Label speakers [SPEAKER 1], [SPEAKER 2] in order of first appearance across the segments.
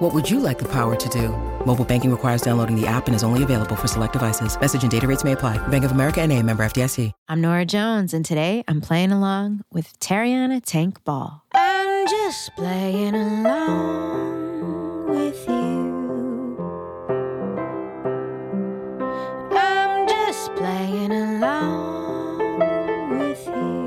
[SPEAKER 1] What would you like the power to do? Mobile banking requires downloading the app and is only available for select devices. Message and data rates may apply. Bank of America and a member FDIC.
[SPEAKER 2] I'm Nora Jones, and today I'm playing along with Tariana Tank Ball.
[SPEAKER 3] I'm just playing along with you. I'm just playing along with you.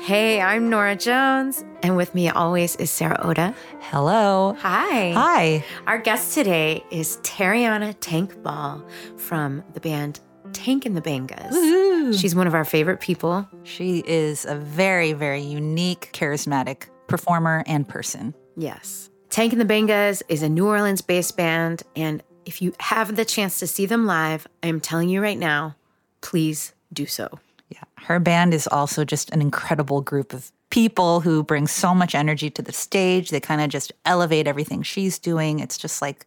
[SPEAKER 2] Hey, I'm Nora Jones, and with me always is Sarah Oda.
[SPEAKER 4] Hello.
[SPEAKER 2] Hi.
[SPEAKER 4] Hi.
[SPEAKER 2] Our guest today is Tariana Tank Ball from the band Tank and the Bangas. She's one of our favorite people.
[SPEAKER 4] She is a very, very unique, charismatic performer and person.
[SPEAKER 2] Yes. Tank and the Bangas is a New Orleans based band. And if you have the chance to see them live, I'm telling you right now, please do so.
[SPEAKER 4] Yeah. Her band is also just an incredible group of people who bring so much energy to the stage. They kind of just elevate everything she's doing. It's just like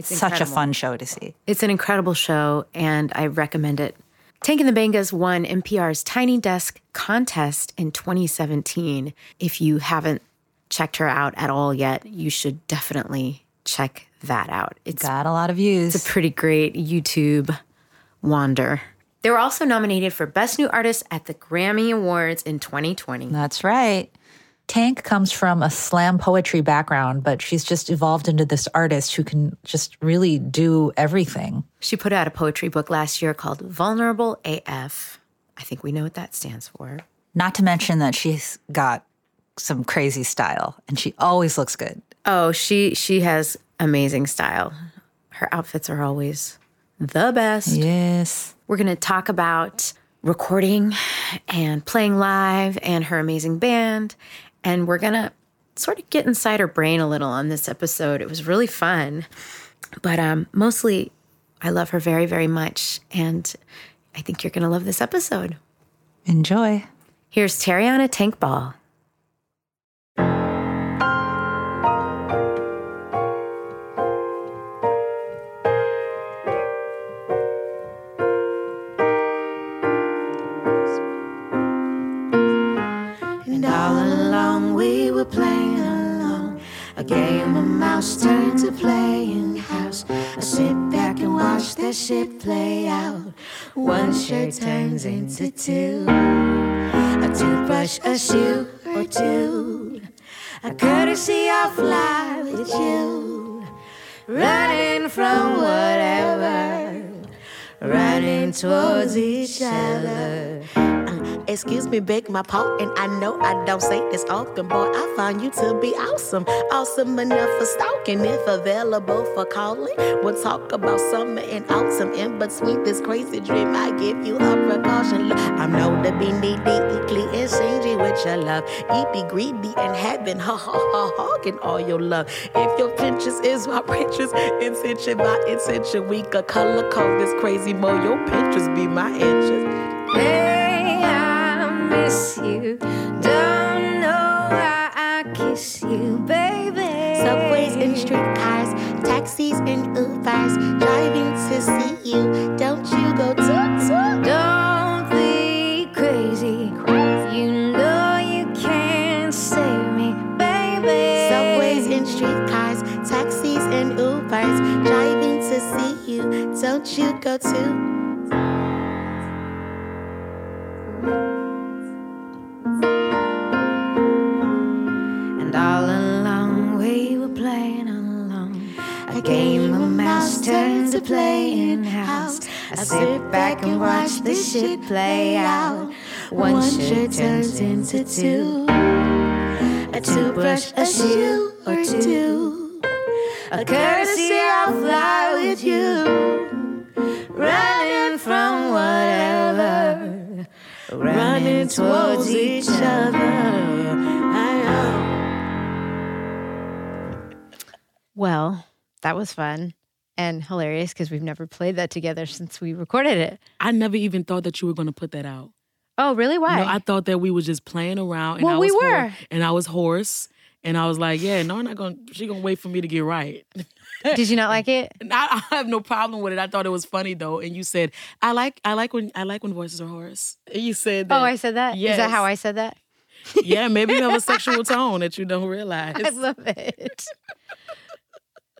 [SPEAKER 4] such
[SPEAKER 2] incredible.
[SPEAKER 4] a fun show to see.
[SPEAKER 2] It's an incredible show, and I recommend it. Tank and the Bangas won NPR's Tiny Desk contest in 2017. If you haven't checked her out at all yet, you should definitely check that out. It's
[SPEAKER 4] Got a lot of views.
[SPEAKER 2] a pretty great YouTube wander. They were also nominated for Best New Artist at the Grammy Awards in 2020.
[SPEAKER 4] That's right. Tank comes from a slam poetry background, but she's just evolved into this artist who can just really do everything.
[SPEAKER 2] She put out a poetry book last year called Vulnerable AF. I think we know what that stands for.
[SPEAKER 4] Not to mention that she's got some crazy style and she always looks good.
[SPEAKER 2] Oh, she she has amazing style. Her outfits are always the best.
[SPEAKER 4] Yes.
[SPEAKER 2] We're going to talk about recording and playing live and her amazing band and we're going to sort of get inside her brain a little on this episode. It was really fun. But um mostly I love her very very much and I think you're going to love this episode.
[SPEAKER 4] Enjoy.
[SPEAKER 2] Here's Tariana Tankball.
[SPEAKER 3] And all along we were playing along. A game of mouse turned to playing house. I sit back and watch the shit play out. One shirt turns into two. A toothbrush, a shoe, or two. A courtesy I'll fly with you. Running from whatever. Running towards each other. Excuse me, beg my part, and I know I don't say this often, boy. I find you to be awesome, awesome enough for stalking. If available for calling, we'll talk about summer and autumn in between this crazy dream. I give you a precaution. I'm known to be needy, equally, and stingy with your love. Eat be greedy and having ha ha ha hogging all your love. If your pinches is my pinches, intention by intention, we could color code this crazy mo. Your pinches be my inches. Hey, I miss you. Don't know why I kiss you, baby. Subways and streetcars, taxis and Ubers, driving to see you. Don't you go toot toot. Don't be crazy. You know you can't save me, baby. Subways and streetcars, taxis and Ubers, driving to see you. Don't you go toot And all along we were playing along. A game of mouse turns to playing house. I sit back and watch this shit play out. One shit turns into two. A toothbrush, a shoe, or two. A courtesy, I'll fly with you. Running from whatever. Running towards each other. I know.
[SPEAKER 2] Well,
[SPEAKER 5] That was fun and hilarious because we've never played that together since we recorded it.
[SPEAKER 6] I never even thought that you were going to put that out.
[SPEAKER 5] Oh, really? Why?
[SPEAKER 6] No, I thought that we were just playing around. And
[SPEAKER 5] Well,
[SPEAKER 6] I
[SPEAKER 5] we
[SPEAKER 6] was hor-
[SPEAKER 5] were.
[SPEAKER 6] and I was hoarse. And I was like, yeah, no, I'm not going to, she going to wait for me to get right.
[SPEAKER 5] Did you not like it?
[SPEAKER 6] And I, I have no problem with it. I thought it was funny though. And you said, I like, I like when, I like when voices are hoarse. And you said that.
[SPEAKER 5] Oh, I said that. Is
[SPEAKER 6] Yes.
[SPEAKER 5] that how I said that?
[SPEAKER 6] yeah, maybe you have a sexual tone that you don't realize.
[SPEAKER 5] I love it.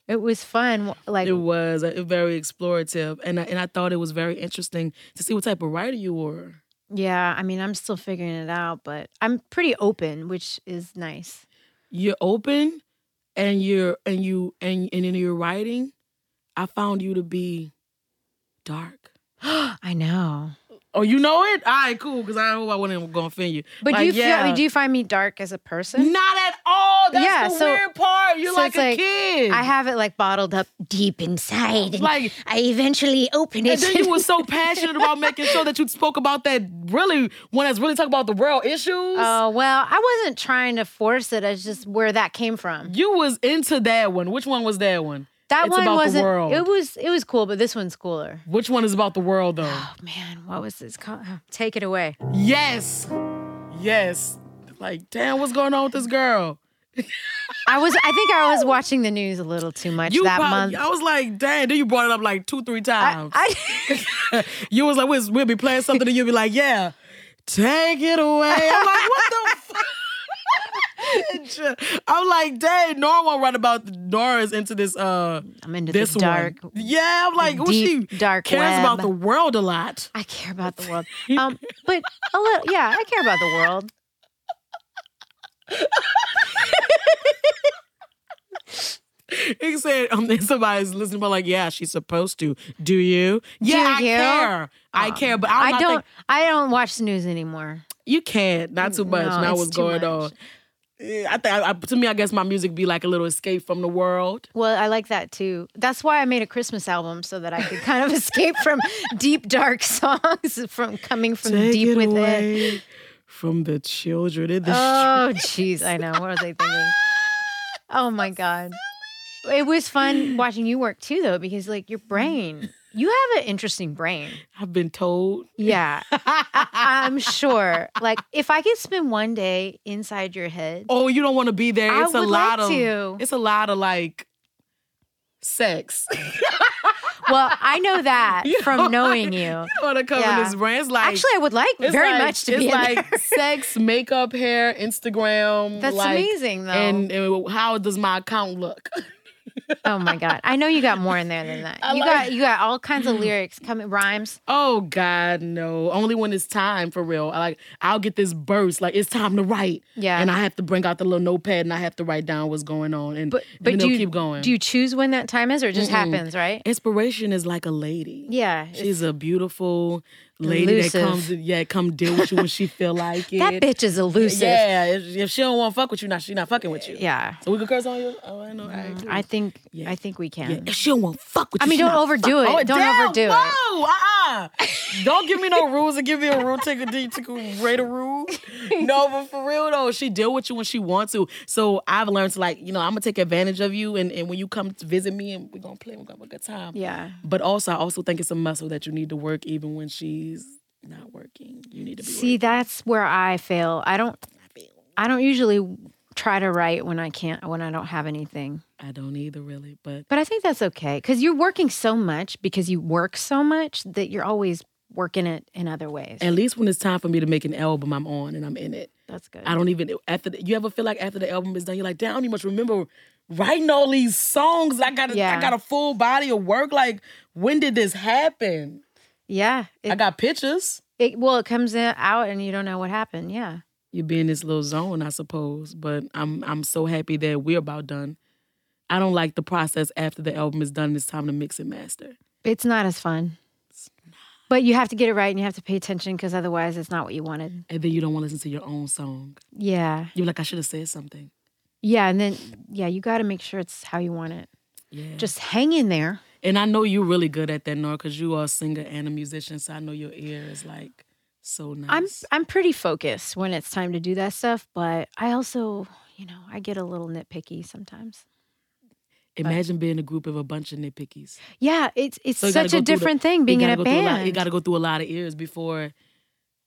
[SPEAKER 5] it was fun. Like
[SPEAKER 6] It was uh, very explorative, and I, and I thought it was very interesting to see what type of writer you were.
[SPEAKER 5] Yeah, I mean, I'm still figuring it out, but I'm pretty open, which is nice.
[SPEAKER 6] You're open, and you're and you and and in your writing, I found you to be dark.
[SPEAKER 5] I know.
[SPEAKER 6] Oh, you know it. All right, cool. Because I hope I wasn't gonna offend you.
[SPEAKER 5] But do
[SPEAKER 6] Like,
[SPEAKER 5] you
[SPEAKER 6] yeah.
[SPEAKER 5] feel, do you find me dark as a person?
[SPEAKER 6] Not at all. That's
[SPEAKER 5] Yeah,
[SPEAKER 6] the
[SPEAKER 5] so-
[SPEAKER 6] weird part. You're
[SPEAKER 5] so
[SPEAKER 6] like
[SPEAKER 5] it's
[SPEAKER 6] a
[SPEAKER 5] like,
[SPEAKER 6] kid.
[SPEAKER 5] I have it like bottled up deep inside. And
[SPEAKER 6] like
[SPEAKER 5] I eventually open
[SPEAKER 6] And
[SPEAKER 5] it.
[SPEAKER 6] then you were so passionate about making sure that you spoke about that really one that's really talking about the real issues.
[SPEAKER 5] oh, well, I wasn't trying to force it. It's just where that came from.
[SPEAKER 6] you was into that one. Which one was that one?
[SPEAKER 5] That
[SPEAKER 6] It's
[SPEAKER 5] one
[SPEAKER 6] about the
[SPEAKER 5] wasn't
[SPEAKER 6] world.
[SPEAKER 5] it was it was cool, but this one's cooler.
[SPEAKER 6] Which one is about the world though?
[SPEAKER 5] Oh man, what was this called? Take it away.
[SPEAKER 6] yes. Yes. Like, damn, what's going on with this girl?
[SPEAKER 5] I was I think I was watching the news a little too much
[SPEAKER 6] You
[SPEAKER 5] that
[SPEAKER 6] prob-
[SPEAKER 5] month.
[SPEAKER 6] I was like, dang, then you brought it up like two, three times.
[SPEAKER 5] I,
[SPEAKER 6] you was like, we'll, we'll be playing something and you'll be like, yeah, take it away. I'm like, what the fuck? I'm like, dang, Nora won't write about Nora's into this uh
[SPEAKER 5] I'm into
[SPEAKER 6] this
[SPEAKER 5] the dark
[SPEAKER 6] one. Yeah, I'm like, well, she
[SPEAKER 5] deep, dark
[SPEAKER 6] cares about
[SPEAKER 5] web.
[SPEAKER 6] the world a lot.
[SPEAKER 5] I care about the world. Um, but a little, yeah, I care about the world.
[SPEAKER 6] He said, um, then somebody's listening, but like, yeah, she's supposed to. Do you? Yeah,
[SPEAKER 5] Do
[SPEAKER 6] I
[SPEAKER 5] you? Oh,
[SPEAKER 6] care. I care, but I'm
[SPEAKER 5] I
[SPEAKER 6] not
[SPEAKER 5] don't.
[SPEAKER 6] think-
[SPEAKER 5] I don't watch the news anymore.
[SPEAKER 6] you can't. Not too much.
[SPEAKER 5] No,
[SPEAKER 6] not
[SPEAKER 5] it's
[SPEAKER 6] what's
[SPEAKER 5] too
[SPEAKER 6] going
[SPEAKER 5] much.
[SPEAKER 6] on. Yeah, I think I, I, to me, I guess my music be like a little escape from the world.
[SPEAKER 5] Well, I like that too. That's why I made a Christmas album so that I could kind of escape from deep, dark songs from coming from deep within.
[SPEAKER 6] from the children in the
[SPEAKER 5] Oh, jeez, I know. What was I thinking? Oh my god, it was fun watching you work too, though, because like your brain, you have an interesting brain.
[SPEAKER 6] I've been told.
[SPEAKER 5] Yeah, I- I'm sure. Like, if I could spend one day inside your head,
[SPEAKER 6] Oh, you don't want to be there.
[SPEAKER 5] I
[SPEAKER 6] It's a
[SPEAKER 5] would
[SPEAKER 6] lot
[SPEAKER 5] like
[SPEAKER 6] of.
[SPEAKER 5] to.
[SPEAKER 6] It's a lot of like sex.
[SPEAKER 5] well, I know that
[SPEAKER 6] Oh You know,
[SPEAKER 5] from knowing you.
[SPEAKER 6] want to come
[SPEAKER 5] Yeah.
[SPEAKER 6] in this brand. It's like
[SPEAKER 5] Actually, I would like
[SPEAKER 6] it's
[SPEAKER 5] very
[SPEAKER 6] like-
[SPEAKER 5] much to
[SPEAKER 6] it's
[SPEAKER 5] be in
[SPEAKER 6] like
[SPEAKER 5] there.
[SPEAKER 6] sex, makeup, hair, Instagram.
[SPEAKER 5] That's
[SPEAKER 6] like,
[SPEAKER 5] amazing, though.
[SPEAKER 6] And, and how does my account look?
[SPEAKER 5] oh my god, I know you got more in there than that.
[SPEAKER 6] I
[SPEAKER 5] you
[SPEAKER 6] like-
[SPEAKER 5] got you got all kinds of lyrics coming, rhymes.
[SPEAKER 6] Oh God, no! Only when it's time for real. I, Like I'll get this burst. Like it's time to write.
[SPEAKER 5] Yeah.
[SPEAKER 6] And I have to bring out the little notepad and I have to write down what's going on. And
[SPEAKER 5] But
[SPEAKER 6] and
[SPEAKER 5] but
[SPEAKER 6] then
[SPEAKER 5] do
[SPEAKER 6] it'll
[SPEAKER 5] you
[SPEAKER 6] keep going.
[SPEAKER 5] Do you choose when that time is, or it just happens, right?
[SPEAKER 6] Inspiration is like a lady.
[SPEAKER 5] Yeah, it's-
[SPEAKER 6] She's a beautiful lady
[SPEAKER 5] Elusive.
[SPEAKER 6] that comes. Yeah, come deal with you when she feel like it.
[SPEAKER 5] that bitch is elusive.
[SPEAKER 6] Yeah. If, if she don't want to fuck with you, not she not fucking with you.
[SPEAKER 5] Yeah. Mm-hmm.
[SPEAKER 6] So we could curse on you. Oh, I know. all right, cool.
[SPEAKER 5] I think
[SPEAKER 6] Yeah.
[SPEAKER 5] I think we can.
[SPEAKER 6] Yeah, if she don't want to fuck with
[SPEAKER 5] I
[SPEAKER 6] you.
[SPEAKER 5] mean,
[SPEAKER 6] she
[SPEAKER 5] don't
[SPEAKER 6] not
[SPEAKER 5] overdo
[SPEAKER 6] fuck-
[SPEAKER 5] it.
[SPEAKER 6] Oh,
[SPEAKER 5] Don't
[SPEAKER 6] damn,
[SPEAKER 5] overdo it.
[SPEAKER 6] whoa, Uh-uh. don't give me no rules and give me a rule. Take a D, take a rate a rule. No, but for real though, she deal with you when she wants to. So I've learned to like, you know, I'm gonna take advantage of you, and, and when you come to visit me, and we're gonna play, we're gonna have a good time.
[SPEAKER 5] Yeah.
[SPEAKER 6] But also, I also think it's a muscle that you need to work even when she's not working. You need to be.
[SPEAKER 5] See, that's where I fail. I don't I don't usually try to write when I can't when I don't have anything.
[SPEAKER 6] working. I don't either really, but
[SPEAKER 5] But I think that's okay cuz you're working so much because you work so much that you're always working it in other ways.
[SPEAKER 6] at least when it's time for me to make an album, I'm on and I'm in it.
[SPEAKER 5] that's good.
[SPEAKER 6] I don't even after the, you ever feel like after the album is done, you're like, damn, I don't even much remember writing all these songs. I got a,
[SPEAKER 5] Yeah.
[SPEAKER 6] I got a full body of work. Like, when did this happen?
[SPEAKER 5] yeah.
[SPEAKER 6] I
[SPEAKER 5] It,
[SPEAKER 6] got pictures.
[SPEAKER 5] it well it comes in, out and you don't know what happened. Yeah.
[SPEAKER 6] You be in this little zone, I suppose. But I'm I'm so happy that we're about done. I don't like the process after the album is done. It's time to mix and master.
[SPEAKER 5] It's not as fun. But you have to get it right and you have to pay attention cuz otherwise it's not what you wanted.
[SPEAKER 6] And then you don't want to listen to your own song.
[SPEAKER 5] Yeah.
[SPEAKER 6] You're like, I should have said something.
[SPEAKER 5] Yeah, and then yeah, you got to make sure it's how you want it.
[SPEAKER 6] Yeah.
[SPEAKER 5] Just hang in there.
[SPEAKER 6] And I know you're really good at that, Nora, because you are a singer and a musician. So I know your ear is like so nice.
[SPEAKER 5] I'm I'm pretty focused when it's time to do that stuff, but I also, you know, I get a little nitpicky sometimes.
[SPEAKER 6] Imagine being a group of a bunch of nitpickies.
[SPEAKER 5] Yeah, it's it's
[SPEAKER 6] So you gotta
[SPEAKER 5] such a
[SPEAKER 6] go through the-
[SPEAKER 5] different thing being
[SPEAKER 6] you
[SPEAKER 5] in a
[SPEAKER 6] gotta go through lot-
[SPEAKER 5] band.
[SPEAKER 6] you got to go through a lot of ears before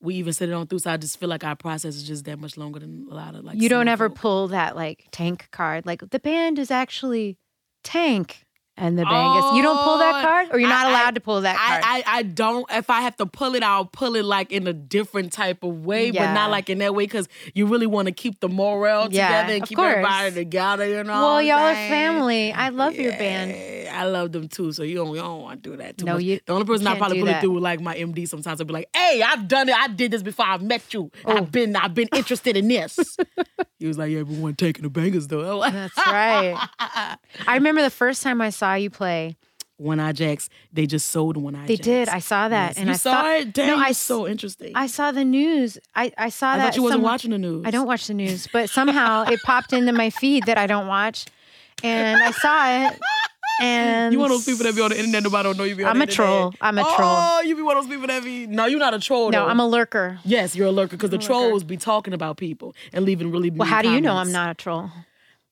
[SPEAKER 6] we even sit it on through. So I just feel like our process is just that much longer than a lot of like.
[SPEAKER 5] you don't
[SPEAKER 6] single
[SPEAKER 5] ever
[SPEAKER 6] folk.
[SPEAKER 5] pull that like tank card. Like the band is actually tank and the bangus. you don't pull that
[SPEAKER 6] Oh,
[SPEAKER 5] card, or you're not
[SPEAKER 6] I- I-
[SPEAKER 5] allowed to pull that card.
[SPEAKER 6] I, I I don't. If I have to pull it, I'll pull it like in a different type of way, but
[SPEAKER 5] Yeah.
[SPEAKER 6] not like in that way because you really want to keep the morale
[SPEAKER 5] Yeah,
[SPEAKER 6] together and
[SPEAKER 5] of
[SPEAKER 6] keep
[SPEAKER 5] course.
[SPEAKER 6] everybody together. You know.
[SPEAKER 5] well,
[SPEAKER 6] what I'm
[SPEAKER 5] y'all are
[SPEAKER 6] saying?
[SPEAKER 5] family. I love your band.
[SPEAKER 6] Yeah, I love them too, so you don't, you don't want to do that too
[SPEAKER 5] No,
[SPEAKER 6] much.
[SPEAKER 5] you-
[SPEAKER 6] the only person I
[SPEAKER 5] can't
[SPEAKER 6] probably
[SPEAKER 5] do
[SPEAKER 6] put it
[SPEAKER 5] that.
[SPEAKER 6] through like my MD sometimes I'll be like, "Hey, I've done it. I did this before. I met you.
[SPEAKER 5] Oh.
[SPEAKER 6] I've been I've been interested in this." he was like, "Yeah, but one taking the bangers though." I'm like,
[SPEAKER 5] That's right. I remember the first time I saw you play.
[SPEAKER 6] One Eye Jacks, they just sold One Eye.
[SPEAKER 5] They
[SPEAKER 6] Jacks.
[SPEAKER 5] did. I saw that,
[SPEAKER 6] Yes.
[SPEAKER 5] and
[SPEAKER 6] you
[SPEAKER 5] I
[SPEAKER 6] saw
[SPEAKER 5] thought,
[SPEAKER 6] it. Damn,
[SPEAKER 5] no, I
[SPEAKER 6] I
[SPEAKER 5] s-
[SPEAKER 6] so interesting.
[SPEAKER 5] I saw the news. I I saw
[SPEAKER 6] I
[SPEAKER 5] that.
[SPEAKER 6] thought you wasn't
[SPEAKER 5] someone-
[SPEAKER 6] watching the news.
[SPEAKER 5] I don't watch the news, but somehow it popped into my feed that I don't watch, and I saw it. And
[SPEAKER 6] You one of those people that be on the internet nobody don't know you be on
[SPEAKER 5] I'm
[SPEAKER 6] the
[SPEAKER 5] a
[SPEAKER 6] internet.
[SPEAKER 5] troll. I'm a troll.
[SPEAKER 6] Oh, you be one of those people that be No, you're not a troll
[SPEAKER 5] No,
[SPEAKER 6] though.
[SPEAKER 5] I'm a lurker.
[SPEAKER 6] Yes, you're a lurker because the trolls be talking about people and leaving really
[SPEAKER 5] Well, how do you know I'm not a troll?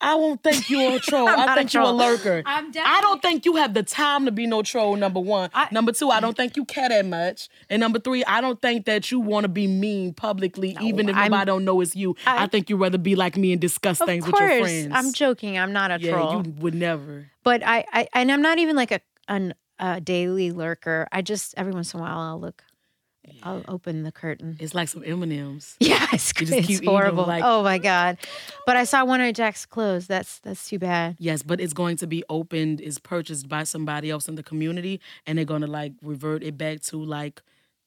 [SPEAKER 6] I won't think you're a troll.
[SPEAKER 5] I'm
[SPEAKER 6] I
[SPEAKER 5] not a
[SPEAKER 6] think you're a
[SPEAKER 5] troll.
[SPEAKER 6] lurker.
[SPEAKER 2] I'm
[SPEAKER 6] I don't think you have the time to be no troll, number one. number two, I don't think you care that much. And number three, I don't think that you want to be mean publicly, even if
[SPEAKER 5] I'm-
[SPEAKER 6] nobody don't know it's you. I, think you'd rather be like me and discuss things
[SPEAKER 5] of
[SPEAKER 6] with your
[SPEAKER 5] course,
[SPEAKER 6] friends.
[SPEAKER 5] I'm joking. I'm not a
[SPEAKER 6] yeah,
[SPEAKER 5] troll.
[SPEAKER 6] you would never.
[SPEAKER 5] but I, I, and I'm not even like a an, a daily lurker. I just every once in a while I'll look, I'll open the curtain.
[SPEAKER 6] It's like some M&Ms.
[SPEAKER 5] Yeah, it's,
[SPEAKER 6] You just keep
[SPEAKER 5] it's
[SPEAKER 6] eating 'em,
[SPEAKER 5] horrible.
[SPEAKER 6] like-
[SPEAKER 5] oh my god! But I saw one of Jack's clothes. That's that's too bad.
[SPEAKER 6] Yes, but it's going to be opened, is purchased by somebody else in the community, and they're going to like revert it back to like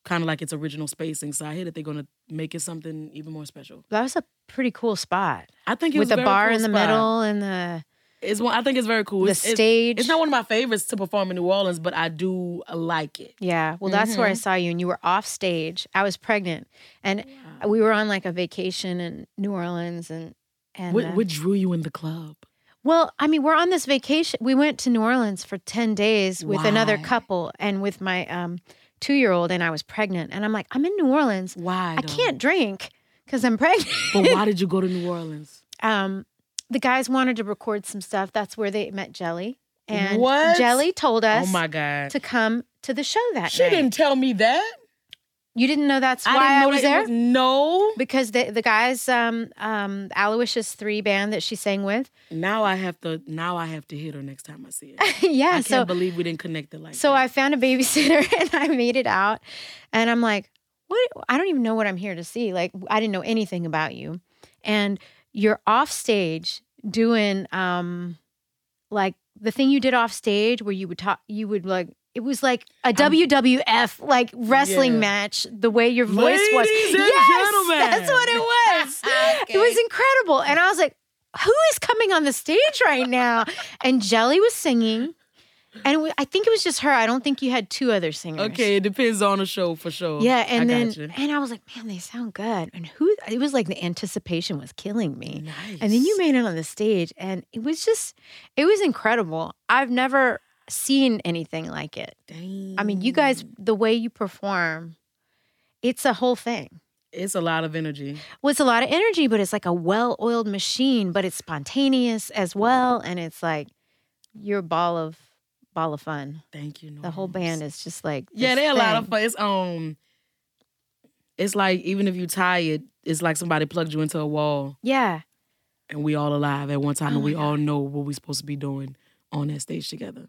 [SPEAKER 6] kind of like its original spacing. So I hear that they're going to make it something even more special.
[SPEAKER 5] That was a pretty cool spot
[SPEAKER 6] I think it
[SPEAKER 5] with
[SPEAKER 6] was
[SPEAKER 5] the
[SPEAKER 6] very
[SPEAKER 5] bar
[SPEAKER 6] cool
[SPEAKER 5] in the
[SPEAKER 6] spot.
[SPEAKER 5] middle and the
[SPEAKER 6] It's one. I think it's very cool.
[SPEAKER 5] the
[SPEAKER 6] it's, it's-
[SPEAKER 5] stage.
[SPEAKER 6] It's not one of my favorites to perform in New Orleans, but I do like it.
[SPEAKER 5] Yeah. Well, that's
[SPEAKER 6] Mm-hmm.
[SPEAKER 5] where I saw you, and you were off stage. I was pregnant, and we were on like a vacation in New Orleans, and and uh,
[SPEAKER 6] What, what drew you in the club?
[SPEAKER 5] well, I mean, we're on this vacation. We went to New Orleans for ten days with another
[SPEAKER 6] Why?
[SPEAKER 5] couple, and with my um two year old, and I was pregnant, and I'm like, I'm in New Orleans.
[SPEAKER 6] Why?
[SPEAKER 5] I
[SPEAKER 6] though?
[SPEAKER 5] can't drink because I'm pregnant.
[SPEAKER 6] But why did you go to New Orleans?
[SPEAKER 5] um, the guys wanted to record some stuff. That's where they met Jelly, and
[SPEAKER 6] What?
[SPEAKER 5] Jelly told us
[SPEAKER 6] oh my god!
[SPEAKER 5] to come to the show that
[SPEAKER 6] She
[SPEAKER 5] night.
[SPEAKER 6] didn't tell me that.
[SPEAKER 5] You didn't know that's
[SPEAKER 6] I
[SPEAKER 5] why
[SPEAKER 6] didn't
[SPEAKER 5] I,
[SPEAKER 6] know
[SPEAKER 5] was
[SPEAKER 6] that it
[SPEAKER 5] there?
[SPEAKER 6] was- no.
[SPEAKER 5] because the the guys, um, um, Aloysius Three band that she sang with,
[SPEAKER 6] Now I have to. Now I have to hit her next time I see it. I
[SPEAKER 5] yeah.
[SPEAKER 6] can't
[SPEAKER 5] So
[SPEAKER 6] believe we didn't connect it like
[SPEAKER 5] so
[SPEAKER 6] that.
[SPEAKER 5] I found a babysitter and I made it out, and I'm like, what? I don't even know what I'm here to see. Like I didn't know anything about you, and you're off stage doing um, like the thing you did off stage where you would talk, you would like. It was like a WWF like wrestling
[SPEAKER 6] Yeah.
[SPEAKER 5] match. The way your voice was,
[SPEAKER 6] Ladies and
[SPEAKER 5] yes,
[SPEAKER 6] gentlemen.
[SPEAKER 5] that's what it was. It was incredible. And I was like, who is coming on the stage right now? And Jelly was singing. And we- I think it was just her. I don't think you had two other singers.
[SPEAKER 6] Okay, it depends on the show for sure.
[SPEAKER 5] Yeah, and
[SPEAKER 6] I
[SPEAKER 5] then
[SPEAKER 6] got you.
[SPEAKER 5] and I was like, man, they sound good. And who it was like the anticipation was killing me.
[SPEAKER 6] nice.
[SPEAKER 5] And then you made it on the stage and it was just it was incredible. I've never seen anything like it.
[SPEAKER 6] Dang.
[SPEAKER 5] I mean, you guys
[SPEAKER 6] Mm.
[SPEAKER 5] the way you perform, it's a whole thing.
[SPEAKER 6] It's a lot of energy.
[SPEAKER 5] Well, it's a lot of energy, but it's like a well oiled machine, but it's spontaneous as well. And it's like your ball of ball of fun.
[SPEAKER 6] Thank you.
[SPEAKER 5] The whole
[SPEAKER 6] Norms.
[SPEAKER 5] band is just like
[SPEAKER 6] Yeah,
[SPEAKER 5] this
[SPEAKER 6] they're a lot of
[SPEAKER 5] thing.
[SPEAKER 6] fun. It's um, it's like even if you tired, it's like somebody plugged you into a wall,
[SPEAKER 5] Yeah.
[SPEAKER 6] and we all alive at one time, and we all know what we're supposed to be doing on that stage together.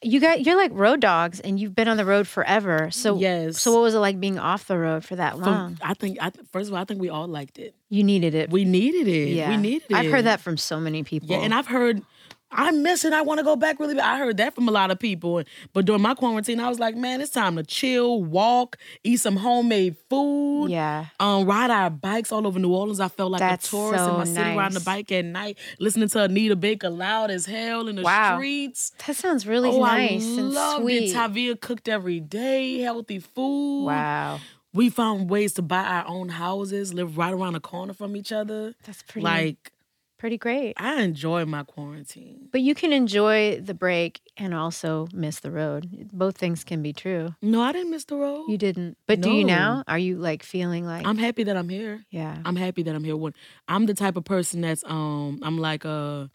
[SPEAKER 5] You got you're like road dogs and you've been on the road forever. So
[SPEAKER 6] Yes.
[SPEAKER 5] So what was it like being off the road for that
[SPEAKER 6] So
[SPEAKER 5] long?
[SPEAKER 6] I think, I th- first of all, I think we all liked it.
[SPEAKER 5] you needed it.
[SPEAKER 6] We needed it. We needed it.
[SPEAKER 5] I've heard that from so many people.
[SPEAKER 6] Yeah, and I've heard I miss it. I want to go back really bad. I heard that from a lot of people. But during my quarantine, I was like, man, it's time to chill, walk, eat some homemade food.
[SPEAKER 5] Yeah.
[SPEAKER 6] Um, ride our bikes all over New Orleans. I felt like
[SPEAKER 5] That's
[SPEAKER 6] a tourist
[SPEAKER 5] so
[SPEAKER 6] in my city riding a
[SPEAKER 5] nice.
[SPEAKER 6] bike at night, listening to Anita Baker loud as hell in the
[SPEAKER 5] Wow.
[SPEAKER 6] streets.
[SPEAKER 5] That sounds really
[SPEAKER 6] oh,
[SPEAKER 5] nice
[SPEAKER 6] I
[SPEAKER 5] and
[SPEAKER 6] loved
[SPEAKER 5] sweet.
[SPEAKER 6] it. Tavia cooked every day, healthy food.
[SPEAKER 5] wow.
[SPEAKER 6] We found ways to buy our own houses, live right around the corner from each other.
[SPEAKER 5] That's pretty
[SPEAKER 6] Like,
[SPEAKER 5] pretty great.
[SPEAKER 6] I enjoy my quarantine.
[SPEAKER 5] But you can enjoy the break and also miss the road. Both things can be true.
[SPEAKER 6] No, I didn't miss the road.
[SPEAKER 5] You didn't. But do you
[SPEAKER 6] No.
[SPEAKER 5] now? Are you like feeling like
[SPEAKER 6] I'm happy that I'm here.
[SPEAKER 5] yeah.
[SPEAKER 6] I'm happy that I'm here. When I'm the type of person that's um, I'm like uh,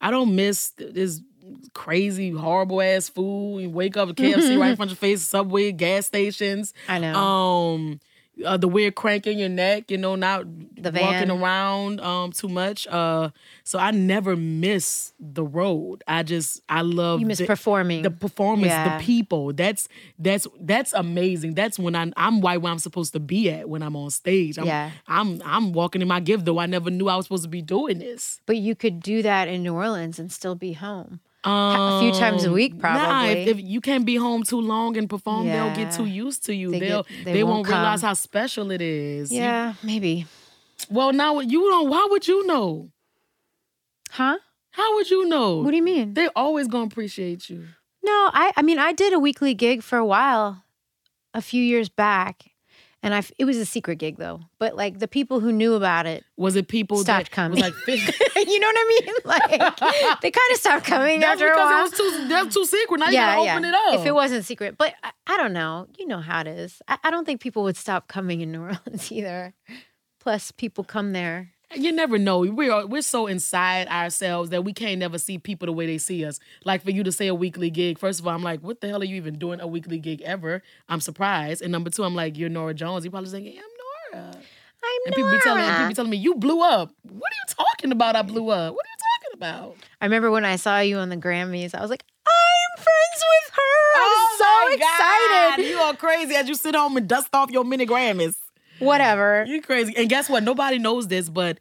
[SPEAKER 6] I don't miss th- this crazy horrible ass food. You wake up at KFC right in front of your face, Subway, gas stations.
[SPEAKER 5] I know.
[SPEAKER 6] Um, uh, the weird crank in your neck. You know, not
[SPEAKER 5] The van.
[SPEAKER 6] walking around um too much. Uh, so I never miss the road. I just I love
[SPEAKER 5] you miss
[SPEAKER 6] the-
[SPEAKER 5] performing.
[SPEAKER 6] the performance
[SPEAKER 5] Yeah.
[SPEAKER 6] the people that's that's that's amazing that's when I, i'm right where i'm supposed to be at when i'm on stage I'm,
[SPEAKER 5] Yeah.
[SPEAKER 6] I'm i'm walking in my gift though i never knew i was supposed to be doing this
[SPEAKER 5] but you could do that in New Orleans and still be home. a few times a
[SPEAKER 6] Um,
[SPEAKER 5] week,
[SPEAKER 6] nah, if,
[SPEAKER 5] probably.
[SPEAKER 6] if you can't be home too long and perform they'll get
[SPEAKER 5] Yeah.
[SPEAKER 6] too used to you
[SPEAKER 5] They
[SPEAKER 6] they
[SPEAKER 5] get-
[SPEAKER 6] will
[SPEAKER 5] they
[SPEAKER 6] they,
[SPEAKER 5] won't
[SPEAKER 6] won't, realize
[SPEAKER 5] come.
[SPEAKER 6] how special it is You-
[SPEAKER 5] Yeah, maybe.
[SPEAKER 6] well now you don't why would you know
[SPEAKER 5] Huh?
[SPEAKER 6] how would you know
[SPEAKER 5] What do you mean?
[SPEAKER 6] they always gonna appreciate you
[SPEAKER 5] No, I I mean I did a weekly gig for a while a few years back and I it was a secret gig though. But like the people who knew about it,
[SPEAKER 6] was it people
[SPEAKER 5] Stopped
[SPEAKER 6] that
[SPEAKER 5] coming.
[SPEAKER 6] was like
[SPEAKER 5] you know what I mean? Like they kind of stopped coming
[SPEAKER 6] That's
[SPEAKER 5] after a while.
[SPEAKER 6] because it was too that's too secret. Now you gotta open it up.
[SPEAKER 5] If it wasn't secret, but I, I don't know. You know how it is. I, I don't think people would stop coming in New Orleans either. Plus, people come there.
[SPEAKER 6] you never know. We're we're so inside ourselves that we can't never see people the way they see us. Like for you to say a weekly gig, first of all, I'm like, what the hell are you even doing a weekly gig ever? I'm surprised. And number two, I'm like, you're Nora Jones. You probably thinking, yeah, I'm Nora.
[SPEAKER 5] I'm
[SPEAKER 6] And people be telling and people
[SPEAKER 5] Nora.
[SPEAKER 6] be telling me, you blew up. What are you talking about? I blew up. What are you talking about?
[SPEAKER 5] I remember when I saw you on the Grammys, I was like, I'm friends with her. I'm so
[SPEAKER 6] Oh my God.
[SPEAKER 5] excited.
[SPEAKER 6] You are crazy as you sit home and dust off your mini Grammys.
[SPEAKER 5] Whatever.
[SPEAKER 6] You crazy. And guess what? Nobody knows this, but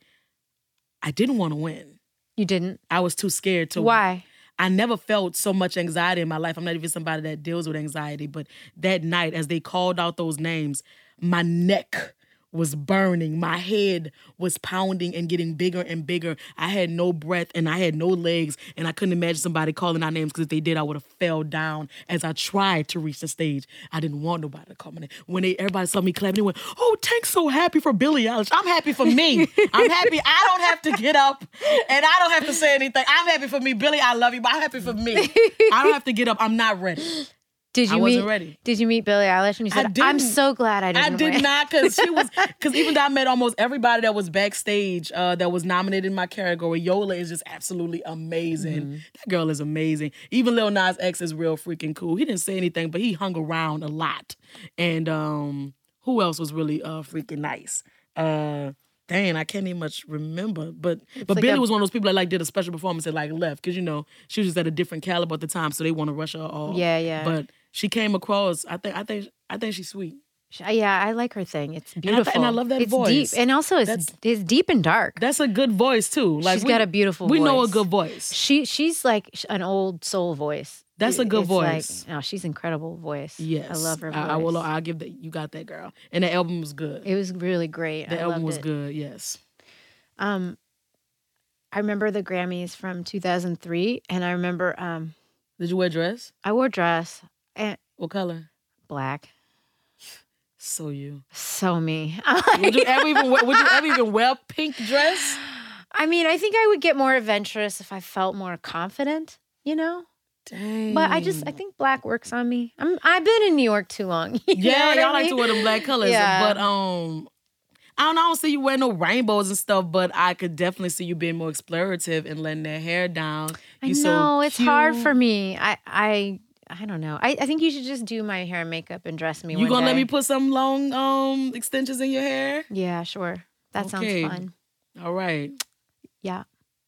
[SPEAKER 6] I didn't want to win.
[SPEAKER 5] You didn't.
[SPEAKER 6] I was too scared to
[SPEAKER 5] Why?
[SPEAKER 6] I never felt so much anxiety in my life. I'm not even somebody that deals with anxiety, but that night, as they called out those names, my neck was burning, my head was pounding and getting bigger and bigger. I had no breath and I had no legs, and I couldn't imagine somebody calling our names because if they did, I would have fell down as I tried to reach the stage. I didn't want nobody to call my name. When they everybody saw me clapping, they went, "Oh, Tank's so happy for Billie Eilish. I'm happy for me. I'm happy. I don't have to get up and I don't have to say anything. I'm happy for me, Billy. I love you, but I'm happy for me. I don't have to get up. I'm not ready.
[SPEAKER 5] Did you
[SPEAKER 6] I wasn't
[SPEAKER 5] meet,
[SPEAKER 6] ready.
[SPEAKER 5] Did you meet Billie Eilish? And you
[SPEAKER 6] I
[SPEAKER 5] said, I'm
[SPEAKER 6] didn't.
[SPEAKER 5] so glad I
[SPEAKER 6] I
[SPEAKER 5] didn't.
[SPEAKER 6] did
[SPEAKER 5] win."
[SPEAKER 6] not because she was because even though I met almost everybody that was backstage uh, that was nominated in my category, Yola is just absolutely amazing.
[SPEAKER 5] Mm-hmm.
[SPEAKER 6] That girl is amazing. Even Lil Nas X is real freaking cool. He didn't say anything, but he hung around a lot. And um, who else was really uh, freaking nice? Uh, Dang, I can't even much remember, but but
[SPEAKER 5] like
[SPEAKER 6] Billy
[SPEAKER 5] a-
[SPEAKER 6] was one of those people that like did a special performance and like left because you know she was just at a different caliber at the time, so they want to rush her off.
[SPEAKER 5] Yeah, yeah.
[SPEAKER 6] But she came across. I think I think I think she's sweet.
[SPEAKER 5] Sh- Yeah, I like her thing. It's
[SPEAKER 6] I
[SPEAKER 5] beautiful.
[SPEAKER 6] love that
[SPEAKER 5] it's
[SPEAKER 6] voice.
[SPEAKER 5] deep. And also, it's,
[SPEAKER 6] That's-
[SPEAKER 5] it's deep and dark.
[SPEAKER 6] That's a good voice too. Like
[SPEAKER 5] She's
[SPEAKER 6] we-
[SPEAKER 5] got a beautiful
[SPEAKER 6] We know a
[SPEAKER 5] voice.
[SPEAKER 6] good voice.
[SPEAKER 5] She she's like sh- an old soul voice.
[SPEAKER 6] That's a good
[SPEAKER 5] It's like-
[SPEAKER 6] voice.
[SPEAKER 5] no, she's incredible voice.
[SPEAKER 6] Yes,
[SPEAKER 5] I love her. Voice.
[SPEAKER 6] I, I will. I'll give that. You got that, girl. And the album was good.
[SPEAKER 5] it was really great.
[SPEAKER 6] the
[SPEAKER 5] I
[SPEAKER 6] album
[SPEAKER 5] loved
[SPEAKER 6] was
[SPEAKER 5] it.
[SPEAKER 6] good. Yes.
[SPEAKER 5] Um, I remember the Grammys from 2003, and I remember um,
[SPEAKER 6] Did you wear a dress?
[SPEAKER 5] I wore a dress and
[SPEAKER 6] What color?
[SPEAKER 5] black.
[SPEAKER 6] So you.
[SPEAKER 5] So me.
[SPEAKER 6] Would you ever even? Wear, would you ever even wear a pink dress?
[SPEAKER 5] I mean, I think I would get more adventurous if I felt more confident. You know,
[SPEAKER 6] Dang.
[SPEAKER 5] but I just I
[SPEAKER 6] Mm.
[SPEAKER 5] think black works on me. I'm I've been in New York too long. You know
[SPEAKER 6] Yeah,
[SPEAKER 5] what I
[SPEAKER 6] y'all like to
[SPEAKER 5] mean?
[SPEAKER 6] wear them black colors.
[SPEAKER 5] Yeah.
[SPEAKER 6] But um I don't, know, I don't see you wearing no rainbows and stuff, but I could definitely see you being more explorative and letting that hair down.
[SPEAKER 5] I
[SPEAKER 6] You so
[SPEAKER 5] know it's hard
[SPEAKER 6] cute.
[SPEAKER 5] for me. I I I don't know. I, I think you should just do my hair and makeup and dress me.
[SPEAKER 6] You
[SPEAKER 5] one
[SPEAKER 6] gonna let
[SPEAKER 5] day.
[SPEAKER 6] me put some long um extensions in your hair?
[SPEAKER 5] Yeah, sure. That
[SPEAKER 6] Okay.
[SPEAKER 5] sounds fun.
[SPEAKER 6] All right.
[SPEAKER 5] Yeah,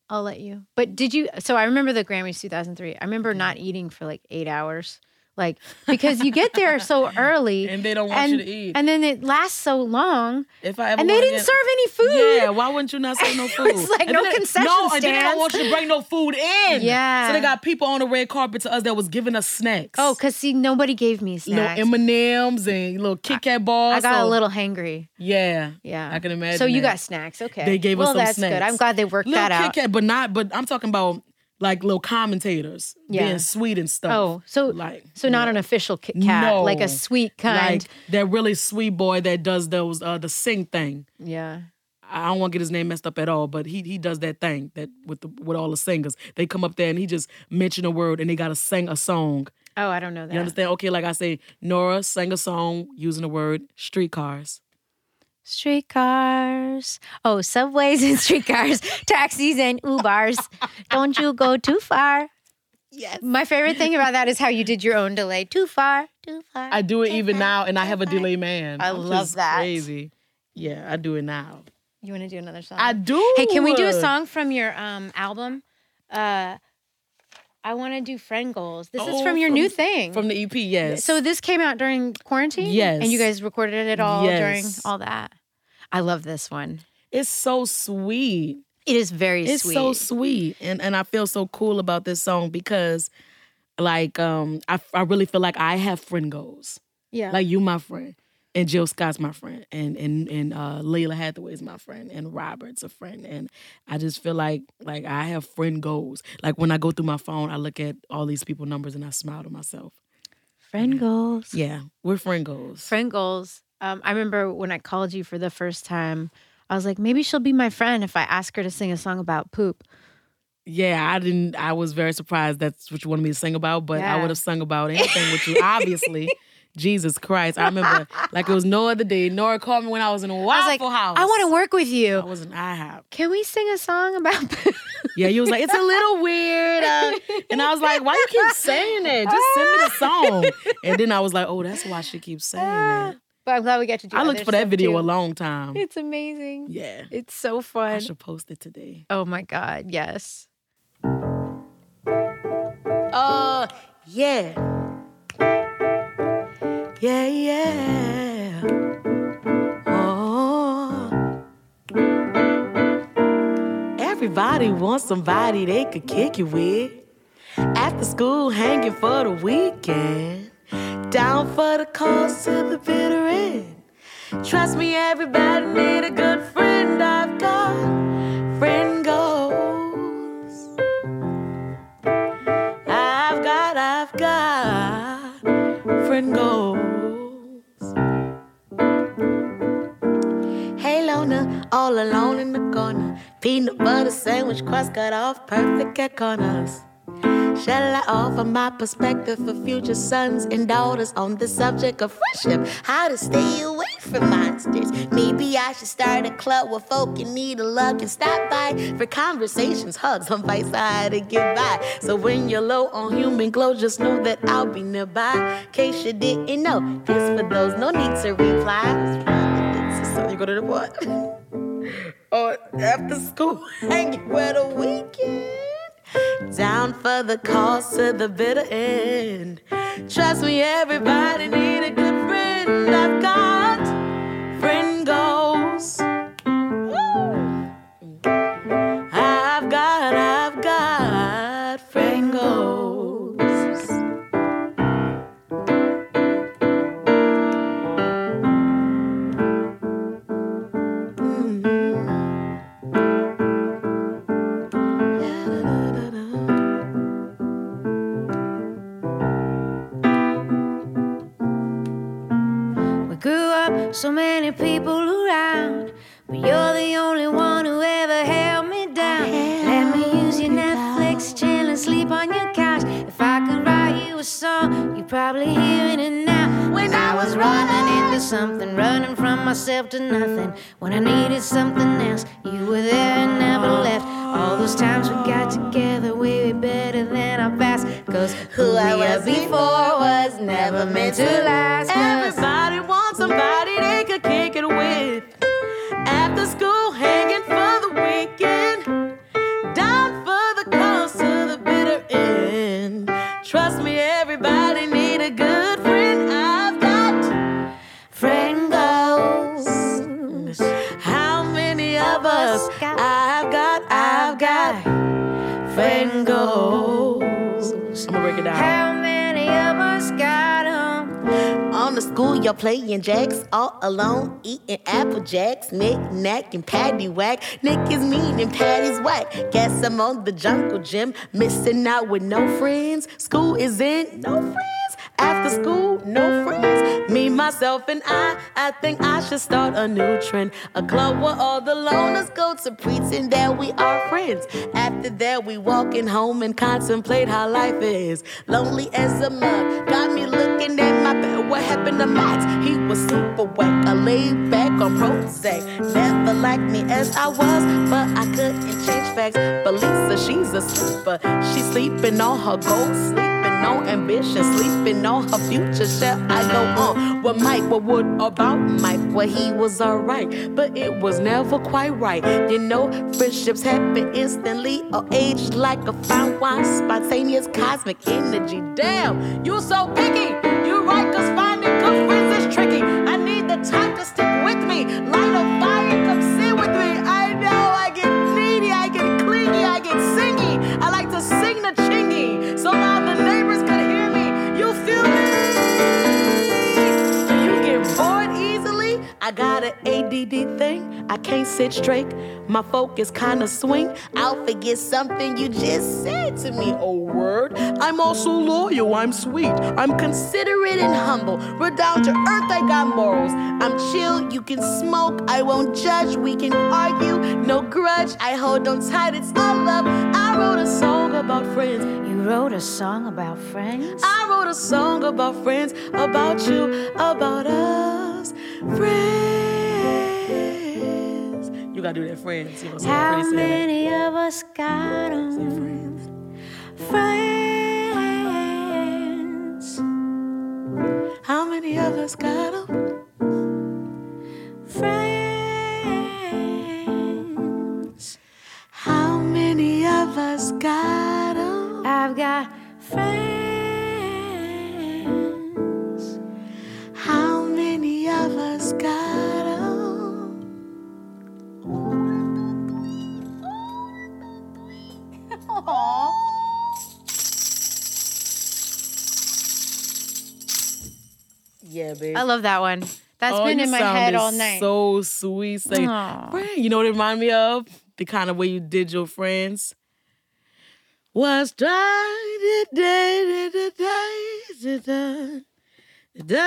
[SPEAKER 5] I'll let you. But did you? So I remember the Grammys 2003. I remember not eating for like eight hours, Like because you get there so early
[SPEAKER 6] And they don't want
[SPEAKER 5] and,
[SPEAKER 6] you to eat.
[SPEAKER 5] and then it lasts so long.
[SPEAKER 6] If I ever
[SPEAKER 5] and they
[SPEAKER 6] wanna
[SPEAKER 5] didn't
[SPEAKER 6] get-
[SPEAKER 5] serve any food.
[SPEAKER 6] Yeah, why wouldn't you not serve no
[SPEAKER 5] It
[SPEAKER 6] food?
[SPEAKER 5] was like
[SPEAKER 6] And
[SPEAKER 5] no
[SPEAKER 6] then they-
[SPEAKER 5] concession
[SPEAKER 6] No, and then they don't want
[SPEAKER 5] stands.
[SPEAKER 6] you to bring no food in.
[SPEAKER 5] Yeah.
[SPEAKER 6] So they got people on the red carpet to us that was giving us snacks.
[SPEAKER 5] Oh, cause see, nobody gave me
[SPEAKER 6] little
[SPEAKER 5] snacks.
[SPEAKER 6] M and M's and little Kit Kat bars.
[SPEAKER 5] I got a
[SPEAKER 6] so-
[SPEAKER 5] little hangry.
[SPEAKER 6] Yeah.
[SPEAKER 5] Yeah,
[SPEAKER 6] I can imagine.
[SPEAKER 5] So you
[SPEAKER 6] that.
[SPEAKER 5] got snacks, okay?
[SPEAKER 6] They gave us
[SPEAKER 5] well,
[SPEAKER 6] some
[SPEAKER 5] that's good.
[SPEAKER 6] snacks.
[SPEAKER 5] I'm glad they worked
[SPEAKER 6] little
[SPEAKER 5] that out.
[SPEAKER 6] Kit Kat, but not. But I'm talking about like little commentators
[SPEAKER 5] Yeah.
[SPEAKER 6] being sweet and stuff.
[SPEAKER 5] Oh, so
[SPEAKER 6] like
[SPEAKER 5] so not an official Kit Kat,
[SPEAKER 6] No.
[SPEAKER 5] like a sweet kind.
[SPEAKER 6] Like that really sweet boy that does those uh the sing thing.
[SPEAKER 5] yeah.
[SPEAKER 6] I don't want to get his name messed up at all, but he he does that thing that with the, with all the singers. They come up there and he just mention a word and they gotta sing a song.
[SPEAKER 5] Oh, I don't know that.
[SPEAKER 6] You understand? Okay, like I say, Nora sang a song using the word streetcars.
[SPEAKER 5] Streetcars. Oh, subways and streetcars, taxis and Ubers. Don't you go too far. Yes. My favorite thing about that is how you did your own delay. Too far, too far.
[SPEAKER 6] I do it even now, and I have a delay man.
[SPEAKER 5] I
[SPEAKER 6] I'm
[SPEAKER 5] love
[SPEAKER 6] just
[SPEAKER 5] that.
[SPEAKER 6] Crazy. Yeah, I do it now.
[SPEAKER 5] you want to do another song?
[SPEAKER 6] I do.
[SPEAKER 5] hey, can we do a song from your um album? Uh I want to do friend goals. This is
[SPEAKER 6] Oh,
[SPEAKER 5] from your
[SPEAKER 6] from-
[SPEAKER 5] new thing.
[SPEAKER 6] from the EP? Yes.
[SPEAKER 5] so this came out during quarantine?
[SPEAKER 6] Yes.
[SPEAKER 5] And you guys recorded it all during
[SPEAKER 6] Yes.
[SPEAKER 5] all that. I love this one.
[SPEAKER 6] it's so sweet.
[SPEAKER 5] It is very
[SPEAKER 6] It's
[SPEAKER 5] sweet.
[SPEAKER 6] so sweet, and and I feel so cool about this song because, like, um, I I really feel like I have friend goals.
[SPEAKER 5] yeah.
[SPEAKER 6] Like you, my friend, and Jill Scott's my friend, and and and uh, Layla Hathaway's my friend, and Robert's a friend, and I just feel like like I have friend goals. Like when I go through my phone, I look at all these people numbers and I smile to myself.
[SPEAKER 5] friend goals.
[SPEAKER 6] Yeah, we're friend goals.
[SPEAKER 5] friend goals. Um, I remember when I called you for the first time, I was like, maybe she'll be my friend if I ask her to sing a song about poop.
[SPEAKER 6] Yeah, I didn't. I was very surprised. That's what you wanted me to sing about, but I
[SPEAKER 5] Yeah.
[SPEAKER 6] would have sung about anything with you, obviously. Jesus Christ! I remember like it was no other day. Nora called me when I was in a Waffle
[SPEAKER 5] I was like,
[SPEAKER 6] House.
[SPEAKER 5] I want to work with
[SPEAKER 6] I
[SPEAKER 5] you.
[SPEAKER 6] was in IHOP.
[SPEAKER 5] Can we sing a song about poop?
[SPEAKER 6] Yeah, you was like, it's a little weird. uh," and I was like, why you keep saying that? Just send me the song. And then I was like, oh, that's why she keeps saying that.
[SPEAKER 5] but I'm glad we got to Ah, do.
[SPEAKER 6] I
[SPEAKER 5] other
[SPEAKER 6] looked for that
[SPEAKER 5] stuff,
[SPEAKER 6] video
[SPEAKER 5] too.
[SPEAKER 6] a long time.
[SPEAKER 5] It's amazing.
[SPEAKER 6] Yeah.
[SPEAKER 5] It's so
[SPEAKER 6] I
[SPEAKER 5] fun.
[SPEAKER 6] should post it today.
[SPEAKER 5] Oh my god, yes.
[SPEAKER 3] Uh, yeah. Yeah, yeah. Oh,
[SPEAKER 6] Everybody wants somebody they could kick it with. After school, hanging for the weekend. Down for the cause to the bitter end. Trust me, everybody need a good friend. I've got friend goals. I've got, I've got friend goals.
[SPEAKER 3] hey, Lona, all alone in the corner. Peanut butter sandwich, crust cut off, perfect at corners. Shall I offer my perspective for future sons and daughters on the subject of friendship? How to stay away from monsters? Maybe I should start a club where folk in need of love can stop by for conversations, hugs, on vice side to get by. So when you're low on human glow, just know that I'll be nearby. Case you didn't know, this for those no need to reply. So you go to the board. or after school, hanging with the weekend. Down for the cause to the bitter end. Trust me, everybody need a good friend. I've got friend goals. Woo! I've got, I've got friend goals.
[SPEAKER 5] We grew up so many people around, but you're the only one who ever held me down. Let me use your Netflix, chill and sleep on your couch. If I could write you a song, you're probably hearing it now. When I was running into something, running from myself to nothing. When I needed something else, you were there and never left. All those times we got together, we were better than our past. Cause who I was before was never meant to last. 'Cause
[SPEAKER 6] Everybody wants somebody they could kick it with. After school, hanging for the weekend. Down for the cause to the bitter end. Trust me, everybody need a
[SPEAKER 2] many of us got 'em.
[SPEAKER 6] On the school, you're playing jacks all alone, eating apple jacks, knick-knack and paddywhack. Nick is mean and Patty's whack. Guess I'm on the jungle gym, missing out with no friends. School is in, no friends. After school, no friends. Me, myself, and I, I think I should start a new trend. A club where all the loners go to pretend that we are friends. After that, we walking home and contemplate how life is. Lonely as a mug, got me looking at my bed. What happened to Max? He was super whack. I laid back on Prozac. Never liked me as I was, but I couldn't change facts. But Lisa, she's a sleeper. She's sleeping on her gold sleep sleeping on ambition, sleeping on her future. Shall I go on? What Mike, what would about Mike? Well, he was alright, but it was never quite right. You know, friendships happen instantly or age like a fine wine, spontaneous cosmic energy. Damn, you so picky. You right, cause finding good friends is tricky. I need the time to stick with me. Light a fire, come sit with me. I know I get needy, I get clingy, I get singy. I like to sing the chingy. So now the neighbors could hear me. You feel me? Do you get bored easily? I got an ADD thing. I can't sit straight. My focus kind of swing. I'll forget something you just said to me. Oh, word. I'm also loyal. I'm sweet. I'm considerate and humble. We're down to earth. I got morals. I'm chill. You can smoke. I won't judge. We can argue. No grudge. I hold on tight. It's all love. I wrote a song about friends.
[SPEAKER 2] You wrote a song about friends?
[SPEAKER 6] I wrote a song about friends, about you, about us, friends. You gotta do that, friends. You know, so
[SPEAKER 2] How
[SPEAKER 6] pretty sad.
[SPEAKER 2] many of us got 'em? Friends.
[SPEAKER 6] How many of us got 'em?
[SPEAKER 2] Friends.
[SPEAKER 6] How many of us got 'em?
[SPEAKER 2] I've got friends.
[SPEAKER 6] How many of us got 'em? Yeah, baby.
[SPEAKER 5] I love that one. That's
[SPEAKER 7] Oh,
[SPEAKER 5] been
[SPEAKER 7] you
[SPEAKER 5] in my
[SPEAKER 7] sounded
[SPEAKER 5] head all night.
[SPEAKER 7] So sweet. Say,
[SPEAKER 5] Aw.
[SPEAKER 7] "Friend," you know what it reminded me of? The kind of way you did your friends. Was da da da da da da da da da da da da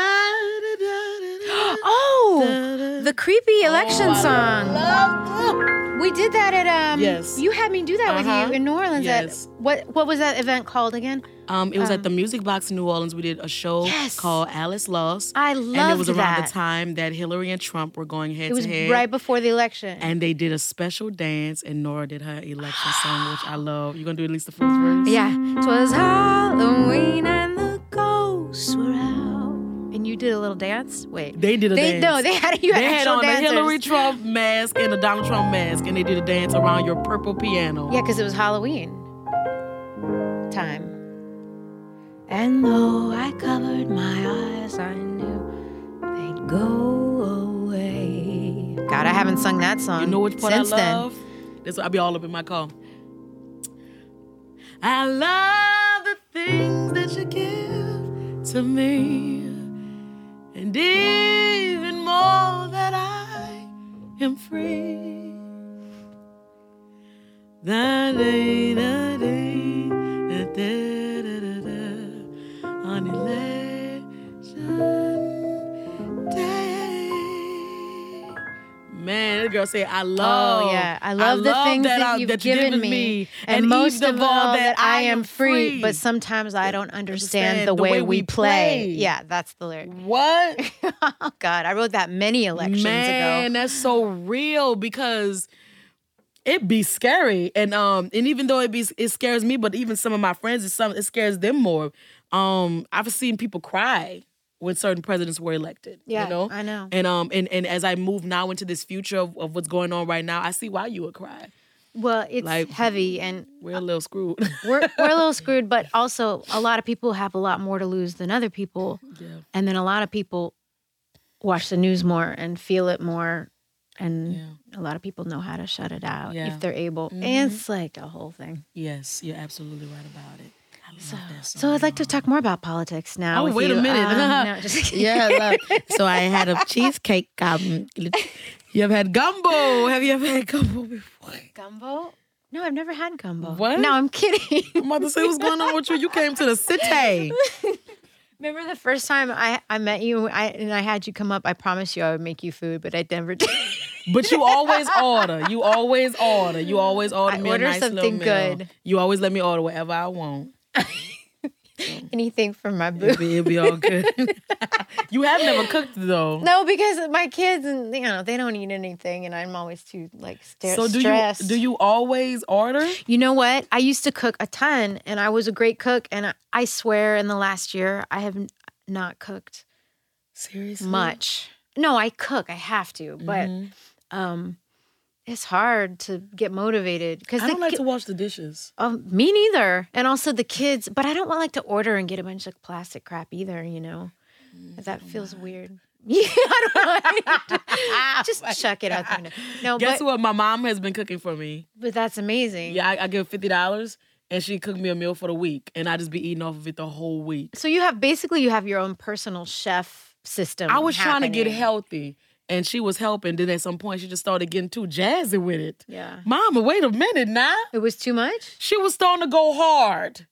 [SPEAKER 5] oh,
[SPEAKER 7] da da. Oh,
[SPEAKER 5] the creepy election song.
[SPEAKER 7] Love-
[SPEAKER 5] We did that at um.
[SPEAKER 7] Yes.
[SPEAKER 5] You had me do that with
[SPEAKER 7] Uh-huh.
[SPEAKER 5] you in New Orleans.
[SPEAKER 7] Yes.
[SPEAKER 5] At, what What was that event called again?
[SPEAKER 7] Um, it was at the Music Box in New Orleans. We did a show
[SPEAKER 5] Yes.
[SPEAKER 7] called Alice Lost.
[SPEAKER 5] I
[SPEAKER 7] and it was
[SPEAKER 5] loved
[SPEAKER 7] around
[SPEAKER 5] that.
[SPEAKER 7] the time that Hillary and Trump were going head
[SPEAKER 5] It was
[SPEAKER 7] to head.
[SPEAKER 5] right before the election.
[SPEAKER 7] and they did a special dance, and Nora did her election song, which I love. You gonna do at least the first verse?
[SPEAKER 5] yeah.
[SPEAKER 2] Twas Halloween and the ghosts were out.
[SPEAKER 5] And you did a little dance. Wait.
[SPEAKER 7] They did a
[SPEAKER 5] They
[SPEAKER 7] dance.
[SPEAKER 5] no. They had you had
[SPEAKER 7] They had
[SPEAKER 5] actual
[SPEAKER 7] on a
[SPEAKER 5] dancers.
[SPEAKER 7] Hillary Trump mask and a Donald Trump mask, and they did a dance around your purple piano.
[SPEAKER 5] Yeah, because it was Halloween time.
[SPEAKER 2] And though I covered my eyes, I knew they'd go away.
[SPEAKER 5] God, I haven't sung that song.
[SPEAKER 7] You know which part I
[SPEAKER 5] since then.
[SPEAKER 7] love? That's I'll be all up in my car. I love the things that you give to me, and even more that I am free. Da da da da da da da da da on election day. Man, that girl said, "I love."
[SPEAKER 5] Oh, yeah. I love the things that you've
[SPEAKER 7] you've
[SPEAKER 5] given me, and, most of all that I am free. But
[SPEAKER 7] some
[SPEAKER 5] sometimes I don't
[SPEAKER 7] Understand
[SPEAKER 5] understand the
[SPEAKER 7] the
[SPEAKER 5] way
[SPEAKER 7] way
[SPEAKER 5] we
[SPEAKER 7] we
[SPEAKER 5] play.
[SPEAKER 7] play.
[SPEAKER 5] Yeah, that's the lyric.
[SPEAKER 7] what?
[SPEAKER 5] Oh God, I wrote that many elections
[SPEAKER 7] Man,
[SPEAKER 5] ago.
[SPEAKER 7] that's so real because it be scary, and um, and even though it be it scares me, but even some of my friends, it some it scares them more. Um, I've seen people cry when certain presidents were elected.
[SPEAKER 5] Yeah,
[SPEAKER 7] you know,
[SPEAKER 5] I know.
[SPEAKER 7] And um, and and as I move now into this future of, of what's going on right now, I see why you would cry.
[SPEAKER 5] Well, it's
[SPEAKER 7] Like-
[SPEAKER 5] heavy and
[SPEAKER 7] We're a little screwed.
[SPEAKER 5] we're we're a little screwed, but also a lot of people have a lot more to lose than other people. And then a lot of people watch the news more and feel it more. And a lot of people know how to shut it out
[SPEAKER 7] Yeah.
[SPEAKER 5] Mm-hmm. if they're able. And it's like a whole thing.
[SPEAKER 7] Yes, you're absolutely right about it.
[SPEAKER 5] So, so I'd like to talk more about politics now.
[SPEAKER 6] Oh,
[SPEAKER 5] with
[SPEAKER 6] wait a
[SPEAKER 5] you.
[SPEAKER 6] minute.
[SPEAKER 5] Um, no, just kidding.
[SPEAKER 6] yeah. look. So I had a cheesecake. Um, you ever had gumbo? Have you ever had gumbo before?
[SPEAKER 5] Gumbo? No, I've never had gumbo.
[SPEAKER 6] What?
[SPEAKER 5] No, I'm kidding.
[SPEAKER 6] I'm about to say what's going on with you. You came to the city.
[SPEAKER 5] Remember the first time I, I met you I, and I had you come up? I promised you I would make you food, but I never did.
[SPEAKER 6] But you always order. You always order. You always order
[SPEAKER 5] I
[SPEAKER 6] me
[SPEAKER 5] order
[SPEAKER 6] a nice little
[SPEAKER 5] something
[SPEAKER 6] meal.
[SPEAKER 5] good.
[SPEAKER 6] You always let me order whatever I want.
[SPEAKER 5] Anything for my
[SPEAKER 6] It'll
[SPEAKER 5] boo.
[SPEAKER 6] be, it'll be all good. you have never cooked though.
[SPEAKER 5] No, because my kids, and you know, they don't eat anything, and I'm always too like sta-
[SPEAKER 6] So do
[SPEAKER 5] stressed.
[SPEAKER 6] you do you always order?
[SPEAKER 5] You know what? I used to cook a ton and I was a great cook. And I, I swear in the last year, I have n- not cooked
[SPEAKER 6] Seriously,
[SPEAKER 5] much. No, I cook. I have to. But
[SPEAKER 6] Mm-hmm.
[SPEAKER 5] um, it's hard to get motivated because
[SPEAKER 6] I don't like to wash the dishes.
[SPEAKER 5] Um, me neither. And also the kids, but I don't want like to order and get a bunch of plastic crap either, you know.
[SPEAKER 6] Mm,
[SPEAKER 5] That feels weird. Yeah, I don't know. Just chuck it out the window. No,
[SPEAKER 6] Guess
[SPEAKER 5] Oh, but,
[SPEAKER 6] what? My mom has been cooking for me.
[SPEAKER 5] but that's amazing.
[SPEAKER 6] Yeah, I, I give fifty dollars, and she cooked me a meal for the week, and I just be eating off of it the whole week.
[SPEAKER 5] So you have basically you have your own personal chef system.
[SPEAKER 6] I was trying to get
[SPEAKER 5] happening.
[SPEAKER 6] healthy, and she was helping. Then at some point, she just started getting too jazzy with it.
[SPEAKER 5] Yeah.
[SPEAKER 6] Mama, wait a minute now.
[SPEAKER 5] It was too much,
[SPEAKER 6] She was starting to go hard,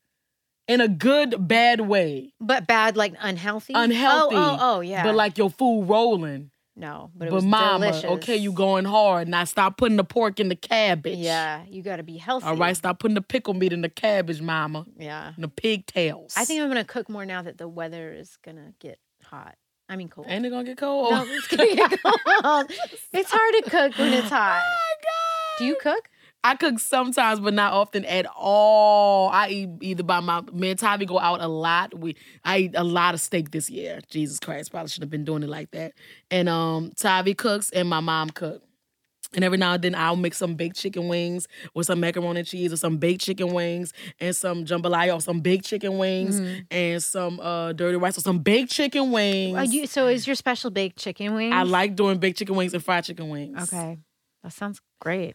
[SPEAKER 6] in a good bad way,
[SPEAKER 5] but bad, like unhealthy.
[SPEAKER 6] unhealthy.
[SPEAKER 5] Oh, oh, oh, yeah.
[SPEAKER 6] But like your food rolling.
[SPEAKER 5] no, but it
[SPEAKER 6] But
[SPEAKER 5] was
[SPEAKER 6] mama,
[SPEAKER 5] delicious.
[SPEAKER 6] okay, you going hard. Now stop putting the pork in the cabbage.
[SPEAKER 5] Yeah, you got to be healthy.
[SPEAKER 6] All right, stop putting the pickle meat in the cabbage, mama.
[SPEAKER 5] Yeah,
[SPEAKER 6] And the pigtails.
[SPEAKER 5] I think I'm gonna cook more now that the weather is gonna get hot. I mean, cold.
[SPEAKER 6] Ain't it gonna get cold?
[SPEAKER 5] No, it's gonna get cold. It's hard to cook when it's hot.
[SPEAKER 6] Oh
[SPEAKER 5] Do you cook?
[SPEAKER 6] I cook sometimes, but not often at all. I eat either by my me and Tavi go out a lot. We I eat a lot of steak this year. Jesus Christ, probably should have been doing it like that. And um, Tavi cooks and my mom cook. And every now and then I'll make some baked chicken wings with some macaroni and cheese or some baked chicken wings and some jambalaya or some baked chicken wings
[SPEAKER 5] Mm-hmm.
[SPEAKER 6] and some uh, dirty rice or some baked chicken wings.
[SPEAKER 5] Are Uh, you so is your special baked chicken wings?
[SPEAKER 6] I like doing baked chicken wings and fried chicken wings.
[SPEAKER 5] Okay, that sounds great.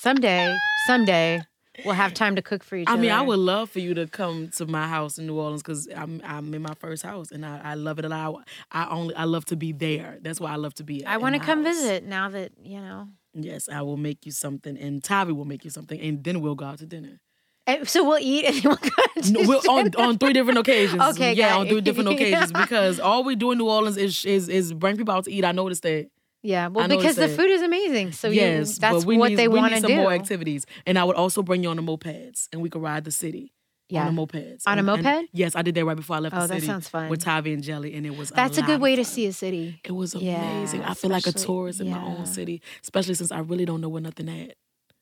[SPEAKER 5] Someday, someday we'll have time to cook for each
[SPEAKER 6] I
[SPEAKER 5] other.
[SPEAKER 6] mean, I would love for you to come to my house in New Orleans because I'm I'm in my first house and I, I love it a lot. I only I love to be there. That's why I love to be.
[SPEAKER 5] I
[SPEAKER 6] in
[SPEAKER 5] want to
[SPEAKER 6] my
[SPEAKER 5] come
[SPEAKER 6] house.
[SPEAKER 5] visit now that you know.
[SPEAKER 6] Yes, I will make you something, and Tavi will make you something, and then we'll go out to dinner.
[SPEAKER 5] And Eh, so we'll eat and then we'll go to
[SPEAKER 6] No, we'll- on on three different occasions.
[SPEAKER 5] Okay,
[SPEAKER 6] yeah,
[SPEAKER 5] got
[SPEAKER 6] on
[SPEAKER 5] it.
[SPEAKER 6] three different occasions because all we do in New Orleans is is is bring people out to eat. I noticed that.
[SPEAKER 5] yeah.
[SPEAKER 6] I
[SPEAKER 5] Well,
[SPEAKER 6] know
[SPEAKER 5] because
[SPEAKER 6] it's
[SPEAKER 5] the
[SPEAKER 6] a-
[SPEAKER 5] food is amazing, so
[SPEAKER 6] yes,
[SPEAKER 5] you, that's
[SPEAKER 6] but we
[SPEAKER 5] what
[SPEAKER 6] need,
[SPEAKER 5] they
[SPEAKER 6] we
[SPEAKER 5] want
[SPEAKER 6] need
[SPEAKER 5] to
[SPEAKER 6] some
[SPEAKER 5] do.
[SPEAKER 6] more activities, and I would also bring you on the mopeds, and we could ride the city.
[SPEAKER 5] Yeah.
[SPEAKER 6] on a moped.
[SPEAKER 5] On a
[SPEAKER 6] And- and-
[SPEAKER 5] moped?
[SPEAKER 6] yes, I did that right before I left the
[SPEAKER 5] Oh, that
[SPEAKER 6] city.
[SPEAKER 5] sounds fun.
[SPEAKER 6] With Tavi and Jelly, and it was.
[SPEAKER 5] that's a
[SPEAKER 6] lot
[SPEAKER 5] good
[SPEAKER 6] of
[SPEAKER 5] way to
[SPEAKER 6] fun.
[SPEAKER 5] see a city.
[SPEAKER 6] It was
[SPEAKER 5] Yeah,
[SPEAKER 6] amazing. I feel like a
[SPEAKER 5] especially-
[SPEAKER 6] tourist in my
[SPEAKER 5] yeah.
[SPEAKER 6] own city, especially since I really don't know where nothing at.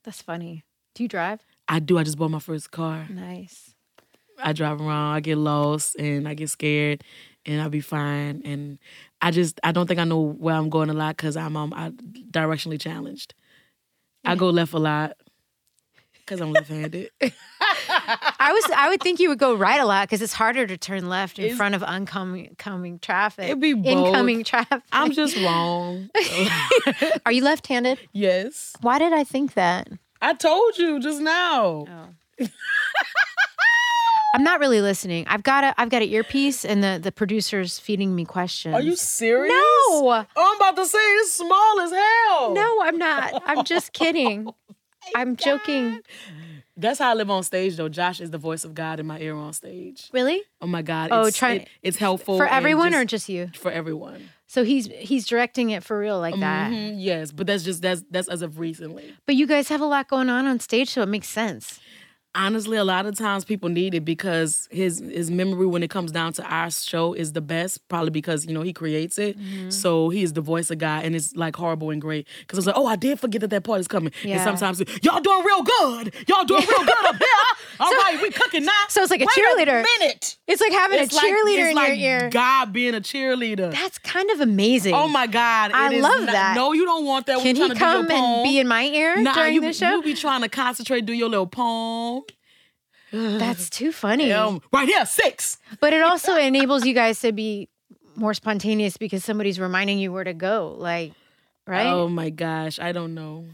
[SPEAKER 5] That's funny. Do you drive?
[SPEAKER 6] I do. I just bought my first car.
[SPEAKER 5] Nice.
[SPEAKER 6] I drive around. I get lost and I get scared, and I'll be fine. And I just I don't think I know where I'm going a lot because I'm um I directionally challenged. I go left a lot because I'm left-handed.
[SPEAKER 5] I was. I would think you would go right a lot because it's harder to turn left in front of oncoming coming traffic.
[SPEAKER 6] It'd be both.
[SPEAKER 5] incoming traffic.
[SPEAKER 6] I'm just wrong.
[SPEAKER 5] Are you left-handed?
[SPEAKER 6] yes,
[SPEAKER 5] Why did I think that?
[SPEAKER 6] I told you just now.
[SPEAKER 5] Oh. I'm not really listening. I've got a. I've got an earpiece, and the the producer's feeding me questions.
[SPEAKER 6] Are you serious? Oh,
[SPEAKER 5] No.
[SPEAKER 6] I'm about to say it's small as hell.
[SPEAKER 5] No, I'm not. I'm just
[SPEAKER 6] Oh
[SPEAKER 5] kidding. I'm joking.
[SPEAKER 6] That's how I live on stage, though. Josh is the voice of God in my ear on stage.
[SPEAKER 5] Really?
[SPEAKER 6] Oh my God!
[SPEAKER 5] Oh,
[SPEAKER 6] it's,
[SPEAKER 5] try-
[SPEAKER 6] it- it's helpful
[SPEAKER 5] For
[SPEAKER 6] and
[SPEAKER 5] everyone or just you?
[SPEAKER 6] for everyone.
[SPEAKER 5] So he's he's directing it for real like that.
[SPEAKER 6] Mhm, yes, but that's just that's that's as of recently.
[SPEAKER 5] But you guys have a lot going on on stage, so it makes sense.
[SPEAKER 6] Honestly, a lot of times people need it because his his memory when it comes down to our show is the best, probably because you know he creates it.
[SPEAKER 5] Mm-hmm.
[SPEAKER 6] So he is the voice of God, and it's like horrible and great. Because I was like, oh, I did forget that that part is coming.
[SPEAKER 5] Yeah.
[SPEAKER 6] And sometimes y'all doing real good, y'all doing real good up here. All right, we cooking now.
[SPEAKER 5] so it's like a
[SPEAKER 6] Wait
[SPEAKER 5] cheerleader.
[SPEAKER 6] A minute.
[SPEAKER 5] It's like having
[SPEAKER 6] It's
[SPEAKER 5] a
[SPEAKER 6] like-
[SPEAKER 5] cheerleader
[SPEAKER 6] it's
[SPEAKER 5] in
[SPEAKER 6] like
[SPEAKER 5] your ear.
[SPEAKER 6] God being a cheerleader.
[SPEAKER 5] That's kind of amazing.
[SPEAKER 6] Oh my God!
[SPEAKER 5] I
[SPEAKER 6] it is
[SPEAKER 5] love
[SPEAKER 6] not-
[SPEAKER 5] that.
[SPEAKER 6] No, you don't want that.
[SPEAKER 5] Can
[SPEAKER 6] when
[SPEAKER 5] he
[SPEAKER 6] you
[SPEAKER 5] come
[SPEAKER 6] do your
[SPEAKER 5] and be
[SPEAKER 6] poem.
[SPEAKER 5] in my ear
[SPEAKER 6] Nah,
[SPEAKER 5] during
[SPEAKER 6] you,
[SPEAKER 5] the show?
[SPEAKER 6] You be trying to concentrate, do your little poem.
[SPEAKER 5] That's too funny.
[SPEAKER 6] Um, right here, six.
[SPEAKER 5] But it also enables you guys to be more spontaneous because somebody's reminding you where to go. Oh Like, right?
[SPEAKER 6] Oh my gosh, I don't know.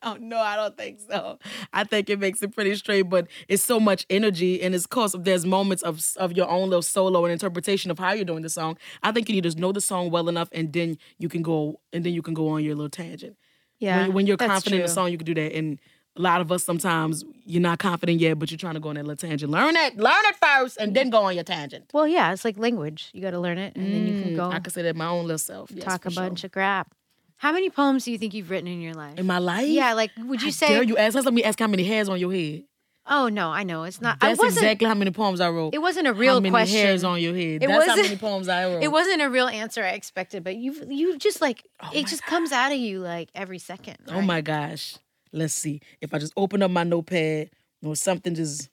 [SPEAKER 6] Oh no, I don't think so. I think it makes it pretty straight, but it's so much energy and it's course there's moments of of your own little solo and interpretation of how you're doing the song. I think you need to know the song well enough and then you can go and then you can go on your little tangent.
[SPEAKER 5] Yeah.
[SPEAKER 6] When, when you're
[SPEAKER 5] that's
[SPEAKER 6] confident in the
[SPEAKER 5] true.
[SPEAKER 6] song, you can do that. And a lot of us sometimes you're not confident yet, but you're trying to go on that little tangent. Learn it, learn it first, and then go on your tangent.
[SPEAKER 5] Well, yeah, it's like language. You got to learn it, and then you can go
[SPEAKER 6] Mm, I consider it my own little self. Yes,
[SPEAKER 5] talk
[SPEAKER 6] for
[SPEAKER 5] a
[SPEAKER 6] sure.
[SPEAKER 5] bunch of crap. How many poems do you think you've written in your life?
[SPEAKER 6] in my life.
[SPEAKER 5] yeah, like would you
[SPEAKER 6] How
[SPEAKER 5] say?
[SPEAKER 6] dare you ask? That's like me ask how many hairs on your head.
[SPEAKER 5] oh no, I know it's not. I
[SPEAKER 6] That's
[SPEAKER 5] wasn't.
[SPEAKER 6] exactly how many poems I wrote.
[SPEAKER 5] It wasn't a real
[SPEAKER 6] how many
[SPEAKER 5] question.
[SPEAKER 6] hairs on your head.
[SPEAKER 5] It
[SPEAKER 6] That's how
[SPEAKER 5] wasn't-
[SPEAKER 6] many poems I wrote.
[SPEAKER 5] It wasn't a real answer I expected, but you you just like it just comes out of you like every second.
[SPEAKER 6] Oh my gosh. Let's see. If I just open up my notepad or something just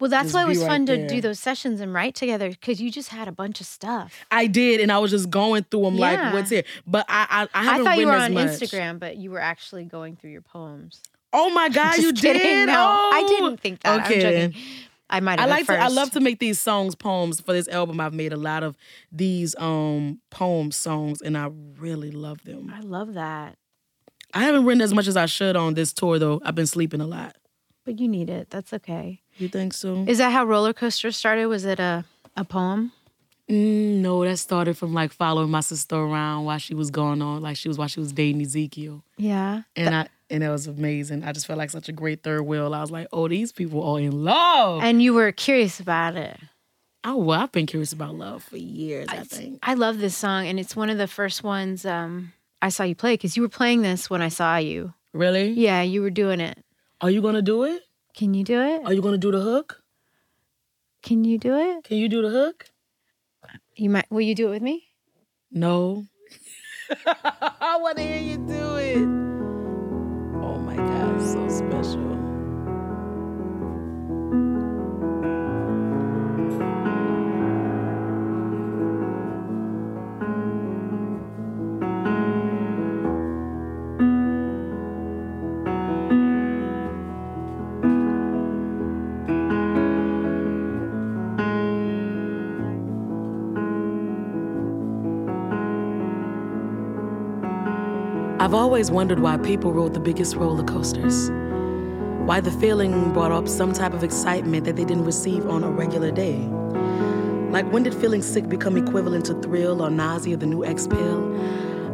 [SPEAKER 5] Well, that's
[SPEAKER 6] Just
[SPEAKER 5] why it
[SPEAKER 6] be
[SPEAKER 5] was
[SPEAKER 6] right
[SPEAKER 5] fun to
[SPEAKER 6] there.
[SPEAKER 5] do those sessions and write together because you just had a bunch of stuff.
[SPEAKER 6] I did and I was just going through them
[SPEAKER 5] Yeah.
[SPEAKER 6] like what's here. But I I, I
[SPEAKER 5] I
[SPEAKER 6] haven't
[SPEAKER 5] thought you
[SPEAKER 6] written
[SPEAKER 5] were
[SPEAKER 6] as
[SPEAKER 5] on
[SPEAKER 6] much.
[SPEAKER 5] Instagram, but you were actually going through your poems.
[SPEAKER 6] Oh my god,
[SPEAKER 5] Just
[SPEAKER 6] you
[SPEAKER 5] kidding.
[SPEAKER 6] did?
[SPEAKER 5] No, I
[SPEAKER 6] Oh.
[SPEAKER 5] didn't think that.
[SPEAKER 6] Okay.
[SPEAKER 5] I'm joking. I might
[SPEAKER 6] I
[SPEAKER 5] have.
[SPEAKER 6] like
[SPEAKER 5] first.
[SPEAKER 6] to I love to make these songs poems for this album. I've made a lot of these um poem songs and I really love them.
[SPEAKER 5] I love that,
[SPEAKER 6] I haven't written as much as I should on this tour though. I've been sleeping a lot.
[SPEAKER 5] but you need it. That's okay.
[SPEAKER 6] You think so?
[SPEAKER 5] Is that how roller coaster started? Was it a a poem?
[SPEAKER 6] Mm, no, that started from like following my sister around while she was going on, like she was while she was dating Ezekiel,
[SPEAKER 5] Yeah.
[SPEAKER 6] and I and it was amazing. I just felt like such a great third wheel. I was like, oh, these people are in love.
[SPEAKER 5] And you were curious about it.
[SPEAKER 6] oh, well, I've been curious about love for years. I, think.
[SPEAKER 5] I love this song, and it's one of the first ones um, I saw you play because you were playing this when I saw you.
[SPEAKER 6] Really?
[SPEAKER 5] Yeah, you were doing it.
[SPEAKER 6] Are you gonna do it?
[SPEAKER 5] Can you do it?
[SPEAKER 6] Are you gonna do the hook?
[SPEAKER 5] Can you do it?
[SPEAKER 6] Can you do the hook?
[SPEAKER 5] You might. Will you do it with me?
[SPEAKER 6] No. I want to hear you do it. Oh my God, it's so special. I've always wondered why people rode the biggest roller coasters. Why the feeling brought up some type of excitement that they didn't receive on a regular day. Like, when did feeling sick become equivalent to thrill or nausea, the new X pill?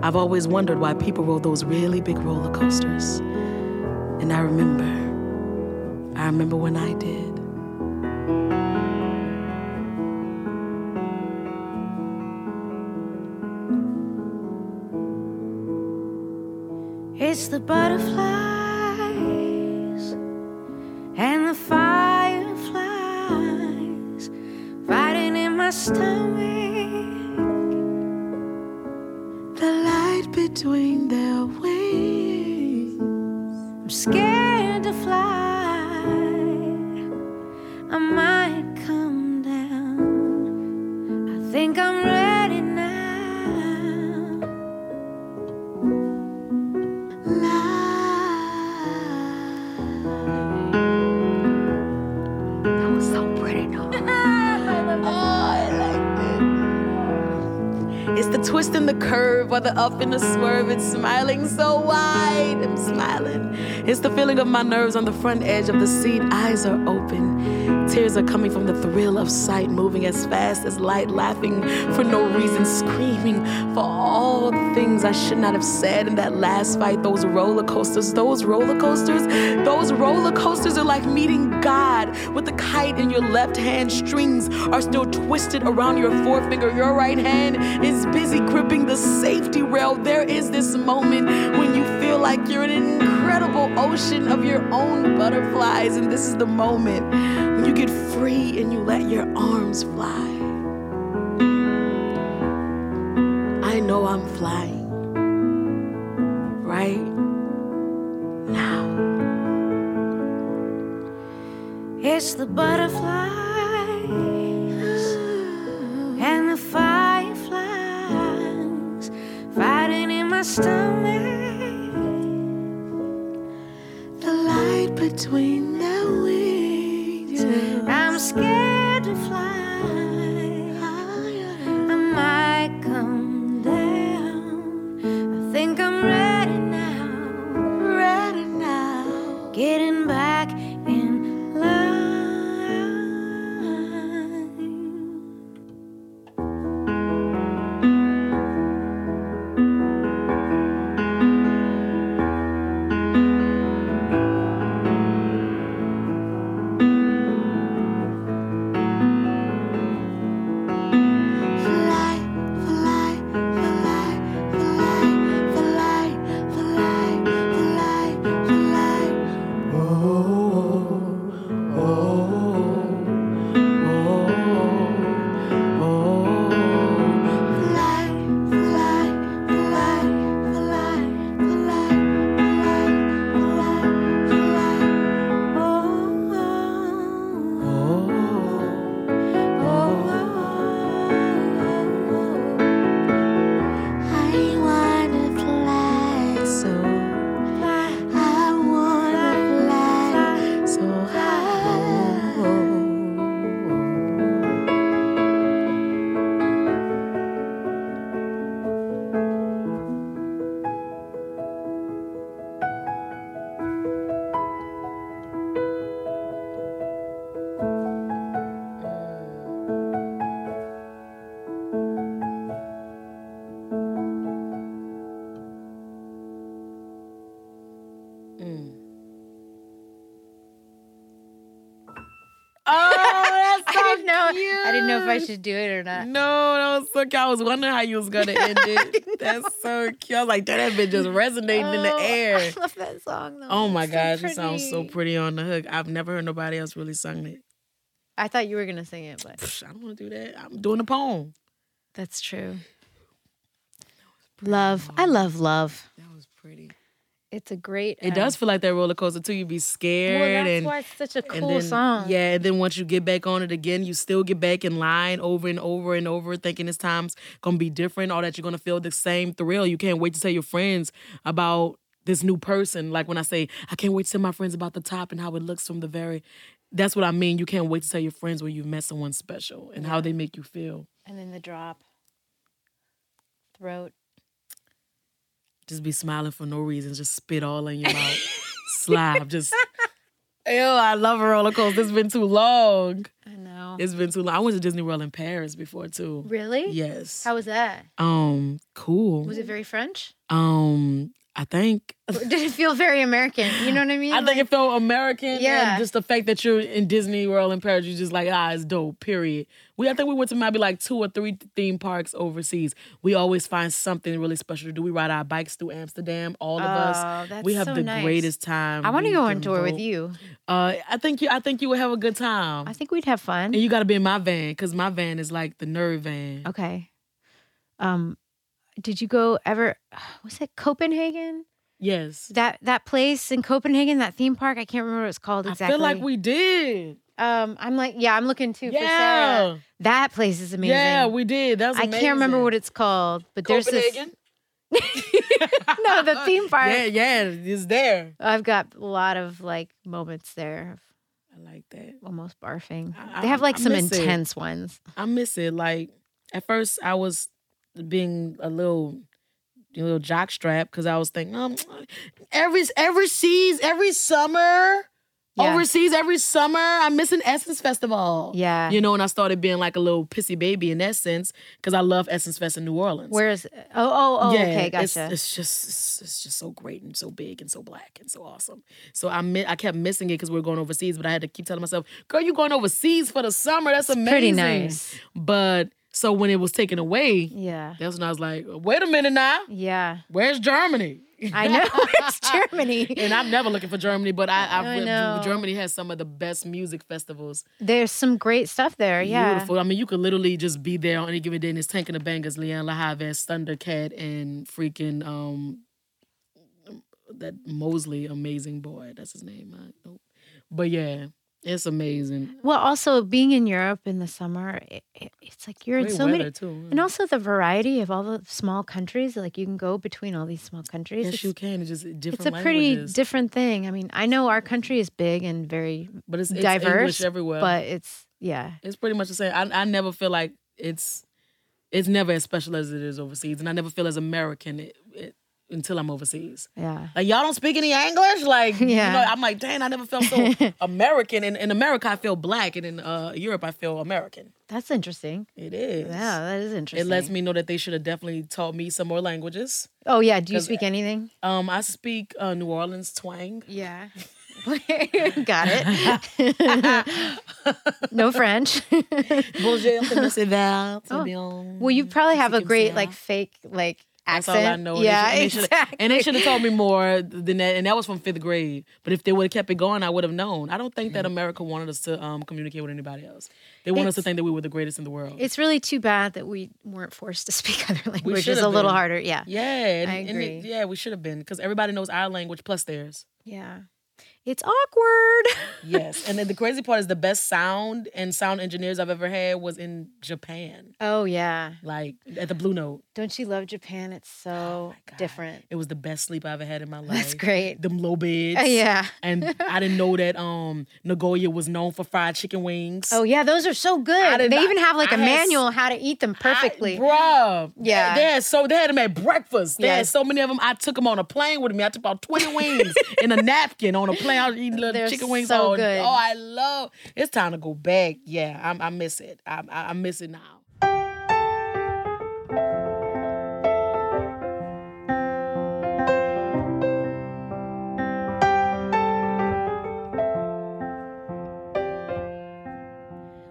[SPEAKER 6] I've always wondered why people rode those really big roller coasters. And I remember. I remember when I did.
[SPEAKER 2] It's the butterflies and the fireflies fighting in my stomach. The light between their wings. I'm scared to fly. I might come down. I think I'm ready now. That was so pretty, no?
[SPEAKER 8] It's the twist and the curve, or the up and the swerve. It's smiling so wide. I'm smiling.
[SPEAKER 6] It's the feeling of my nerves on the front edge of the seat. Eyes are open. Tears are coming from the thrill of sight, moving as fast as light, laughing for no reason, screaming for all the things I should not have said in that last fight. Those roller coasters, those roller coasters, those roller coasters are like meeting God with the kite in your left hand. Strings are still twisted around your forefinger. Your right hand is busy gripping the safety rail. There is this moment when you feel like you're in an incredible ocean of your own butterflies, and this is the moment when you get free and you let your arms fly. I know I'm flying right now.
[SPEAKER 2] It's the butterflies and the fireflies fighting in my stomach. The light between their wings. I'm scared to fly. I might come down. I think I'm ready now. Ready now.
[SPEAKER 3] Oh, oh,
[SPEAKER 5] didn't know. I didn't know if I should do it or not.
[SPEAKER 6] No, that was so cute. I was wondering how you was gonna end it. That's so cute. I was like, damn, that been just resonating in the
[SPEAKER 5] Oh,
[SPEAKER 6] air.
[SPEAKER 5] I love that song though.
[SPEAKER 6] Oh my
[SPEAKER 5] It's so
[SPEAKER 6] gosh, it sounds so
[SPEAKER 5] pretty.
[SPEAKER 6] pretty on the hook. I've never heard nobody else really sung it.
[SPEAKER 5] I thought you were gonna sing it, but
[SPEAKER 6] Psh, I don't want to do that. I'm doing a poem.
[SPEAKER 5] that's true. Love. I love love.
[SPEAKER 6] That was pretty.
[SPEAKER 5] It's a great.
[SPEAKER 6] It
[SPEAKER 5] uh,
[SPEAKER 6] does feel like that roller coaster too. You'd be
[SPEAKER 5] Well,
[SPEAKER 6] scared
[SPEAKER 5] that's
[SPEAKER 6] and
[SPEAKER 5] why it's such a
[SPEAKER 6] and
[SPEAKER 5] cool
[SPEAKER 6] then,
[SPEAKER 5] song.
[SPEAKER 6] Yeah, and then once you get back on it again, you still get back in line over and over and over, thinking this time's gonna be different, or that you're gonna feel the same thrill. You can't wait to tell your friends about this new person. Like when I say, I can't wait to tell my friends about the top and how it looks from the very that's what I mean. You can't wait to tell your friends when you've met someone special and how they make you feel.
[SPEAKER 5] And then the drop. Throat.
[SPEAKER 6] Just be smiling for no reason. Just spit all in your mouth. Slab. Just Ew, I love a roller coaster. It's been too long.
[SPEAKER 5] I know.
[SPEAKER 6] It's been too long. I went to Disney World in Paris before too.
[SPEAKER 5] Really?
[SPEAKER 6] Yes.
[SPEAKER 5] How was that?
[SPEAKER 6] Um, cool.
[SPEAKER 5] Was it very French?
[SPEAKER 6] Um, I think
[SPEAKER 5] Or did it feel very American? You know what I mean?
[SPEAKER 6] I think it felt American. Yeah,
[SPEAKER 5] Yeah.
[SPEAKER 6] just the fact that you're in Disney World in Paris, you're just like, ah, it's dope. Period. We, I think we went to maybe like two or three theme parks overseas. We always find something really special to do. We ride our bikes through Amsterdam, all of us.
[SPEAKER 5] Oh, that's
[SPEAKER 6] we have
[SPEAKER 5] so
[SPEAKER 6] the
[SPEAKER 5] nice.
[SPEAKER 6] greatest time.
[SPEAKER 5] I want to
[SPEAKER 6] We
[SPEAKER 5] go on
[SPEAKER 6] can
[SPEAKER 5] tour with
[SPEAKER 6] go-
[SPEAKER 5] you.
[SPEAKER 6] Uh, I think you. I think you would have a good time.
[SPEAKER 5] I think we'd have fun.
[SPEAKER 6] and you got to be in my van because my van is like the nerd van.
[SPEAKER 5] Okay. Um, did you go ever? Was it Copenhagen?
[SPEAKER 6] Yes.
[SPEAKER 5] That that place in Copenhagen, that theme park. I can't remember what it's called exactly.
[SPEAKER 6] I feel like we did.
[SPEAKER 5] Um, I'm like, yeah, I'm looking too for Sarah.
[SPEAKER 6] Yeah.
[SPEAKER 5] That place is amazing.
[SPEAKER 6] Yeah, we did. That was
[SPEAKER 5] I can't remember
[SPEAKER 6] amazing.
[SPEAKER 5] what it's called, but there's this. No, the theme park.
[SPEAKER 6] Yeah, yeah, it's there.
[SPEAKER 5] I've got a lot of like moments there of
[SPEAKER 6] I like that.
[SPEAKER 5] almost barfing.
[SPEAKER 6] I-
[SPEAKER 5] they have like
[SPEAKER 6] I
[SPEAKER 5] some
[SPEAKER 6] miss it.
[SPEAKER 5] intense ones.
[SPEAKER 6] I miss it. Like at first, I was being a little, a little jockstrap because I was thinking, um, every every seas, every summer,
[SPEAKER 5] Yeah.
[SPEAKER 6] overseas, every summer, I'm missing Essence Festival.
[SPEAKER 5] Yeah.
[SPEAKER 6] you know, and I started being like a little pissy baby in that sense because I love Essence Fest in New Orleans.
[SPEAKER 5] Where is? Oh, oh, oh.
[SPEAKER 6] yeah,
[SPEAKER 5] okay,
[SPEAKER 6] it's-
[SPEAKER 5] gotcha.
[SPEAKER 6] It's, just it's, it's just so great and so big and so black and so awesome. So I mi- I kept missing it because we were going overseas, but I had to keep telling myself, "Girl, you going overseas for the summer? That's amazing."
[SPEAKER 5] Pretty nice.
[SPEAKER 6] But so when it was taken away,
[SPEAKER 5] Yeah.
[SPEAKER 6] that's when I was like, "Wait a minute now,
[SPEAKER 5] Yeah.
[SPEAKER 6] where's Germany?"
[SPEAKER 5] I know it's Germany.
[SPEAKER 6] and I'm never looking for Germany, but I, I've
[SPEAKER 5] I
[SPEAKER 6] read-
[SPEAKER 5] know.
[SPEAKER 6] Germany has some of the best music festivals.
[SPEAKER 5] There's some great stuff there. Yeah.
[SPEAKER 6] Beautiful. I mean, you could literally just be there on any given day, and it's tanking the bangers, Leanne LaHavas, Thundercat, and freaking um that Mosley, amazing boy. That's his name. I, nope. But yeah, it's amazing.
[SPEAKER 5] Well, also being in Europe in the summer, it, it, it's like you're in
[SPEAKER 6] Great
[SPEAKER 5] so
[SPEAKER 6] weather,
[SPEAKER 5] many.
[SPEAKER 6] too.
[SPEAKER 5] And also the variety of all the small countries, like you can go between all these small countries.
[SPEAKER 6] yes,
[SPEAKER 5] it's,
[SPEAKER 6] you can. It's just
[SPEAKER 5] it's
[SPEAKER 6] different.
[SPEAKER 5] a pretty
[SPEAKER 6] languages.
[SPEAKER 5] different thing. I mean, I know our country is big and very
[SPEAKER 6] but it's, it's
[SPEAKER 5] diverse
[SPEAKER 6] English everywhere.
[SPEAKER 5] but it's yeah.
[SPEAKER 6] it's pretty much the same. I, I never feel like it's it's never as special as it is overseas, and I never feel as American it, it, until I'm overseas.
[SPEAKER 5] Yeah.
[SPEAKER 6] Like y'all don't speak any English. Like you
[SPEAKER 5] Yeah.
[SPEAKER 6] know, I'm like, dang, I never felt so American. In, in America, I feel black, and in uh, Europe, I feel American.
[SPEAKER 5] That's interesting.
[SPEAKER 6] It is.
[SPEAKER 5] Yeah, that is interesting.
[SPEAKER 6] It lets me know that they should have definitely taught me some more languages.
[SPEAKER 5] Oh yeah, do you
[SPEAKER 6] 'cause-
[SPEAKER 5] speak anything?
[SPEAKER 6] Um, I speak uh, New Orleans twang.
[SPEAKER 5] Yeah. Got it. no French.
[SPEAKER 6] Bonjour, comment ça va? C'est
[SPEAKER 5] Oh.
[SPEAKER 6] bien.
[SPEAKER 5] well, you probably have a
[SPEAKER 6] Mexican
[SPEAKER 5] great
[SPEAKER 6] style.
[SPEAKER 5] like fake like
[SPEAKER 6] That's
[SPEAKER 5] accent.
[SPEAKER 6] all I know.
[SPEAKER 5] Yeah,
[SPEAKER 6] and they should,
[SPEAKER 5] exactly.
[SPEAKER 6] And they should have told me more than that. And that was from fifth grade. But if they would have kept it going, I would have known. I don't think that America wanted us to um, communicate with anybody else. They wanted us to
[SPEAKER 5] Mm-hmm. It's-
[SPEAKER 6] think that we were the greatest in the world.
[SPEAKER 5] It's really too bad that we weren't forced to speak other languages
[SPEAKER 6] should've
[SPEAKER 5] a little
[SPEAKER 6] been.
[SPEAKER 5] harder. Yeah.
[SPEAKER 6] yeah, and,
[SPEAKER 5] I
[SPEAKER 6] and it-
[SPEAKER 5] agree.
[SPEAKER 6] yeah, we should have been because everybody knows our language plus theirs.
[SPEAKER 5] Yeah. It's awkward.
[SPEAKER 6] Yes, and then the crazy part is the best sound and sound engineers I've ever had was in Japan,
[SPEAKER 5] oh yeah.
[SPEAKER 6] like at the Blue Note.
[SPEAKER 5] Don't you love Japan? It's
[SPEAKER 6] Oh
[SPEAKER 5] so different.
[SPEAKER 6] It was the best sleep I ever had in my life.
[SPEAKER 5] That's great.
[SPEAKER 6] Them low beds.
[SPEAKER 5] Uh, yeah.
[SPEAKER 6] and I didn't know that um Nagoya was known for fried chicken wings.
[SPEAKER 5] Oh yeah, those are so good. They
[SPEAKER 6] did not-
[SPEAKER 5] even have like
[SPEAKER 6] I
[SPEAKER 5] a
[SPEAKER 6] had s-
[SPEAKER 5] manual on how to eat them perfectly.
[SPEAKER 6] I, bruh.
[SPEAKER 5] Yeah.
[SPEAKER 6] They, they had so they had them at breakfast. They had
[SPEAKER 5] Yes.
[SPEAKER 6] so many of them. I took them on a plane with me. I took about 20 wings in a napkin on a plane. I was eating little
[SPEAKER 5] They're
[SPEAKER 6] chicken wings.
[SPEAKER 5] so
[SPEAKER 6] all-
[SPEAKER 5] good.
[SPEAKER 6] Oh, I love it's time to go back. Yeah, I, I miss it. I, I, I miss it now.